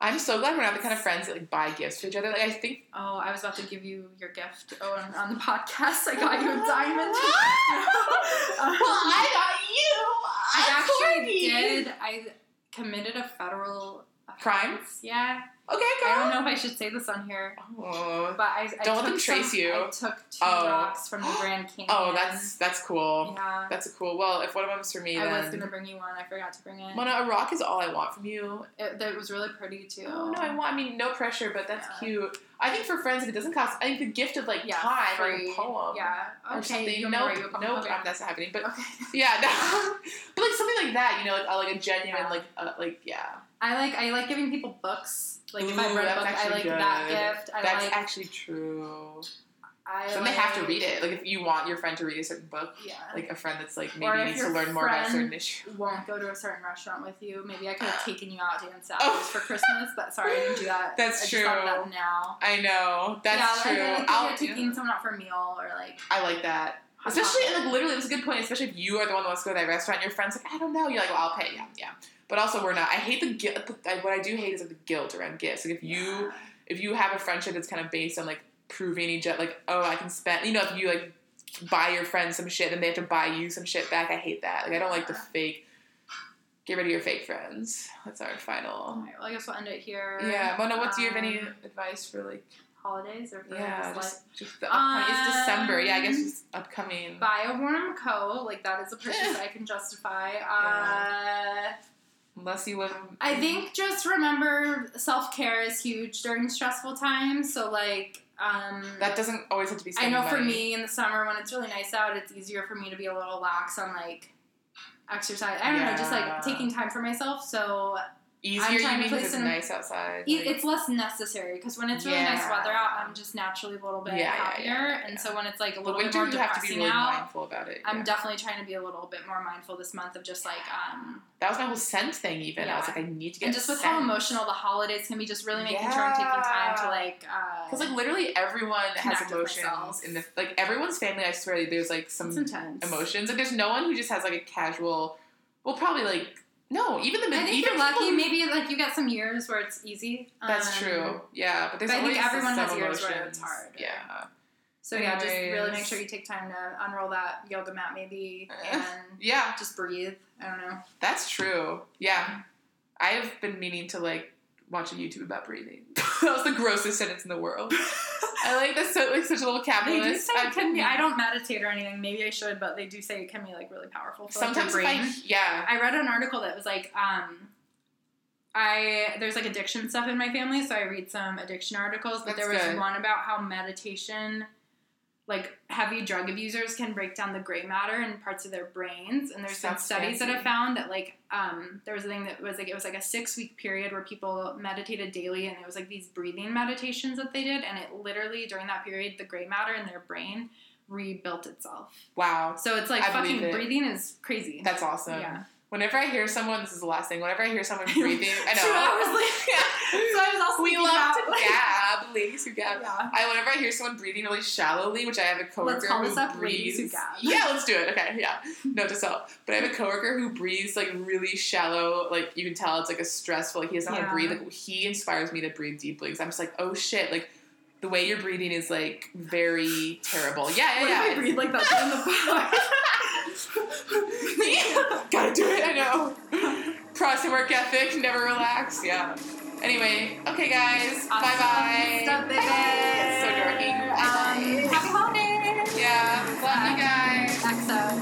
Speaker 2: I'm so glad we're not the kind of friends that like buy gifts for each other. Like I think
Speaker 1: oh, I was about to give you your gift oh, on, on the podcast. I got you a diamond. Um,
Speaker 2: well, I
Speaker 1: I
Speaker 2: got you. I'm
Speaker 1: actually
Speaker 2: corny.
Speaker 1: did. I committed a federal offense.
Speaker 2: Crime?
Speaker 1: Yeah.
Speaker 2: Okay,
Speaker 1: I don't
Speaker 2: girl.
Speaker 1: know if I should say this on here,
Speaker 2: Oh.
Speaker 1: but I, I
Speaker 2: Don't let
Speaker 1: took
Speaker 2: them trace
Speaker 1: some-
Speaker 2: you.
Speaker 1: I took two
Speaker 2: Oh.
Speaker 1: rocks from the Grand Canyon.
Speaker 2: Oh, that's that's cool.
Speaker 1: yeah.
Speaker 2: That's cool. Well, if one of them's for me,
Speaker 1: I
Speaker 2: then
Speaker 1: was gonna bring you one. I forgot to bring it.
Speaker 2: Mona, a rock is all I want from you.
Speaker 1: It, that was really pretty too.
Speaker 2: Oh no, I want. I mean, no pressure, but that's
Speaker 1: Yeah.
Speaker 2: cute. I think for friends, if it doesn't cost, I think the gift of like
Speaker 1: yeah,
Speaker 2: time
Speaker 1: free.
Speaker 2: or a poem
Speaker 1: Yeah. Okay.
Speaker 2: or something.
Speaker 1: You want me to
Speaker 2: nope,
Speaker 1: write you a poem?
Speaker 2: nope,
Speaker 1: Okay.
Speaker 2: um, that's not happening. But
Speaker 1: Okay.
Speaker 2: yeah, no. but like something like that, you know, like a, like a genuine,
Speaker 1: Yeah.
Speaker 2: like uh, like yeah,
Speaker 1: I like I like giving people books. Like if I
Speaker 2: Ooh,
Speaker 1: read a
Speaker 2: that's
Speaker 1: book, I
Speaker 2: actually
Speaker 1: like that
Speaker 2: good.
Speaker 1: gift. I
Speaker 2: that's
Speaker 1: like
Speaker 2: actually true.
Speaker 1: I
Speaker 2: So then they
Speaker 1: like,
Speaker 2: have to read it. Like if you want your friend to read a certain book,
Speaker 1: Yeah.
Speaker 2: like a friend that's like
Speaker 1: Or
Speaker 2: maybe
Speaker 1: if
Speaker 2: needs to
Speaker 1: your
Speaker 2: learn more about a
Speaker 1: friend-
Speaker 2: certain issue.
Speaker 1: won't go to a certain restaurant with you. Maybe I could have taken you out to Aunt Sally's
Speaker 2: Oh.
Speaker 1: for Christmas, but sorry I didn't do that.
Speaker 2: That's
Speaker 1: I Just thought of that
Speaker 2: true.
Speaker 1: now.
Speaker 2: I know that's
Speaker 1: yeah, like, I like
Speaker 2: true.
Speaker 1: the idea
Speaker 2: I'll
Speaker 1: of taking someone out for a meal or like
Speaker 2: I like that.
Speaker 1: hot
Speaker 2: Especially,
Speaker 1: chocolate.
Speaker 2: and like literally, that's a good point. Especially if you are the one that wants to go to that restaurant, your friend's like, I don't know. You're like, well, I'll pay. Yeah, yeah. But also, we're not. I hate the guilt. I- What I do hate is like the guilt around gifts. Like if you
Speaker 1: Yeah.
Speaker 2: if you have a friendship that's kind of based on like proving each other, like oh, I can spend. You know, if you like buy your friend some shit, then they have to buy you some shit back. I hate that. Like I don't like the
Speaker 1: Yeah.
Speaker 2: fake. Get rid of your fake friends. That's our
Speaker 1: All
Speaker 2: final.
Speaker 1: right, well I guess we'll end it here.
Speaker 2: Yeah, Mona, what do you have any
Speaker 1: Oh Um,
Speaker 2: advice for like?
Speaker 1: holidays or for
Speaker 2: Yeah,
Speaker 1: just, like,
Speaker 2: just, just the upcoming. it's December. Yeah, I guess
Speaker 1: Um,
Speaker 2: it's upcoming.
Speaker 1: buy a warm coat? Like that is a purchase I can justify. Uh
Speaker 2: Unless you live.
Speaker 1: I think just remember self care is huge during stressful times. So like, um,
Speaker 2: that doesn't always have to be.
Speaker 1: I
Speaker 2: spending
Speaker 1: know for
Speaker 2: money.
Speaker 1: me in the summer when it's really nice out, it's easier for me to be a little lax on like exercise. I don't know, just
Speaker 2: Yeah.
Speaker 1: like taking time for myself. So
Speaker 2: easier. You
Speaker 1: trying to
Speaker 2: mean
Speaker 1: play
Speaker 2: because it's
Speaker 1: some-
Speaker 2: nice outside?
Speaker 1: it,
Speaker 2: like-
Speaker 1: it's less necessary because when it's really nice
Speaker 2: Yeah.
Speaker 1: weather out, I'm just naturally a little bit
Speaker 2: Yeah, yeah, yeah,
Speaker 1: happier.
Speaker 2: yeah, yeah.
Speaker 1: And so when it's like a
Speaker 2: but
Speaker 1: little bit
Speaker 2: winter,
Speaker 1: more
Speaker 2: you have to be
Speaker 1: depressing
Speaker 2: really
Speaker 1: out.
Speaker 2: mindful about it.
Speaker 1: I'm
Speaker 2: yeah.
Speaker 1: definitely trying to be a little bit more mindful this month of just like um
Speaker 2: that was my whole scent thing. Even I was
Speaker 1: Yeah.
Speaker 2: like, I need to get
Speaker 1: and just with
Speaker 2: scent.
Speaker 1: how emotional the holidays can be, just really making sure I'm taking time to
Speaker 2: Yeah.
Speaker 1: like uh,
Speaker 2: Because like literally everyone has
Speaker 1: Connect with
Speaker 2: emotions
Speaker 1: myself.
Speaker 2: in the like everyone's family. I swear, there's like
Speaker 1: it's
Speaker 2: some
Speaker 1: intense.
Speaker 2: emotions. Like there's no one who just has like a casual. Well, probably like no. Even the
Speaker 1: I
Speaker 2: mid-
Speaker 1: think
Speaker 2: even
Speaker 1: you're lucky.
Speaker 2: people-
Speaker 1: Maybe like you get some years where it's easy.
Speaker 2: That's
Speaker 1: Um,
Speaker 2: true. Yeah, but there's
Speaker 1: but I think
Speaker 2: always
Speaker 1: everyone
Speaker 2: some
Speaker 1: has years
Speaker 2: emotions.
Speaker 1: where it's hard.
Speaker 2: Yeah.
Speaker 1: So yeah, just really
Speaker 2: Anyways.
Speaker 1: make sure you take time to unroll that yoga mat, maybe, and
Speaker 2: Yeah.
Speaker 1: just breathe. I don't know.
Speaker 2: That's true. Yeah. I have been meaning to like watch a YouTube about breathing. that was the grossest sentence in the world. I like that's so like such a little
Speaker 1: They do
Speaker 2: capitalist.
Speaker 1: say
Speaker 2: I'm-
Speaker 1: it can be. I don't meditate or anything. Maybe I should, but they do say it can be like really powerful. For, like, your
Speaker 2: sometimes if I
Speaker 1: brain.
Speaker 2: yeah.
Speaker 1: I read an article that was like, um, I there's like addiction stuff in my family, so I read some addiction articles. But
Speaker 2: That's
Speaker 1: there was
Speaker 2: good.
Speaker 1: one about how meditation like heavy drug abusers can break down the gray matter in parts of their brains and there's
Speaker 2: Sounds
Speaker 1: been studies that
Speaker 2: fancy.
Speaker 1: have found that like um, there was a thing that was like it was like a six week period where people meditated daily and it was like these breathing meditations that they did and it literally during that period the gray matter in their brain rebuilt itself
Speaker 2: Wow.
Speaker 1: so it's like
Speaker 2: I believe
Speaker 1: fucking
Speaker 2: it.
Speaker 1: breathing is crazy
Speaker 2: That's awesome.
Speaker 1: yeah
Speaker 2: Whenever I hear someone, this is the last thing. Whenever I hear someone breathing, I know.
Speaker 1: two hours later so I was also
Speaker 2: we
Speaker 1: thinking
Speaker 2: love
Speaker 1: about,
Speaker 2: to
Speaker 1: like-
Speaker 2: gab, ladies who gab.
Speaker 1: Yeah.
Speaker 2: I whenever I hear someone breathing really shallowly, which I have a coworker
Speaker 1: Let's call
Speaker 2: who
Speaker 1: this up
Speaker 2: breathes.
Speaker 1: ladies who gab.
Speaker 2: Yeah, let's do it. Okay, yeah. Note to self. But I have a coworker who breathes like really shallow. Like you can tell it's like a stressful. Like he doesn't want
Speaker 1: Yeah.
Speaker 2: to breathe. Like he inspires me to breathe deeply. Because I'm just like, oh shit, like. The way you're breathing is like very terrible. Yeah, yeah,
Speaker 1: what
Speaker 2: yeah.
Speaker 1: if I breathe like that in the
Speaker 2: Gotta do it, I know. Cross and work ethic, never relax, yeah. Anyway, okay guys, bye bye.
Speaker 1: Stuff, baby.
Speaker 2: So dorky.
Speaker 1: Um, happy holidays.
Speaker 2: Yeah, love you guys.
Speaker 1: XO.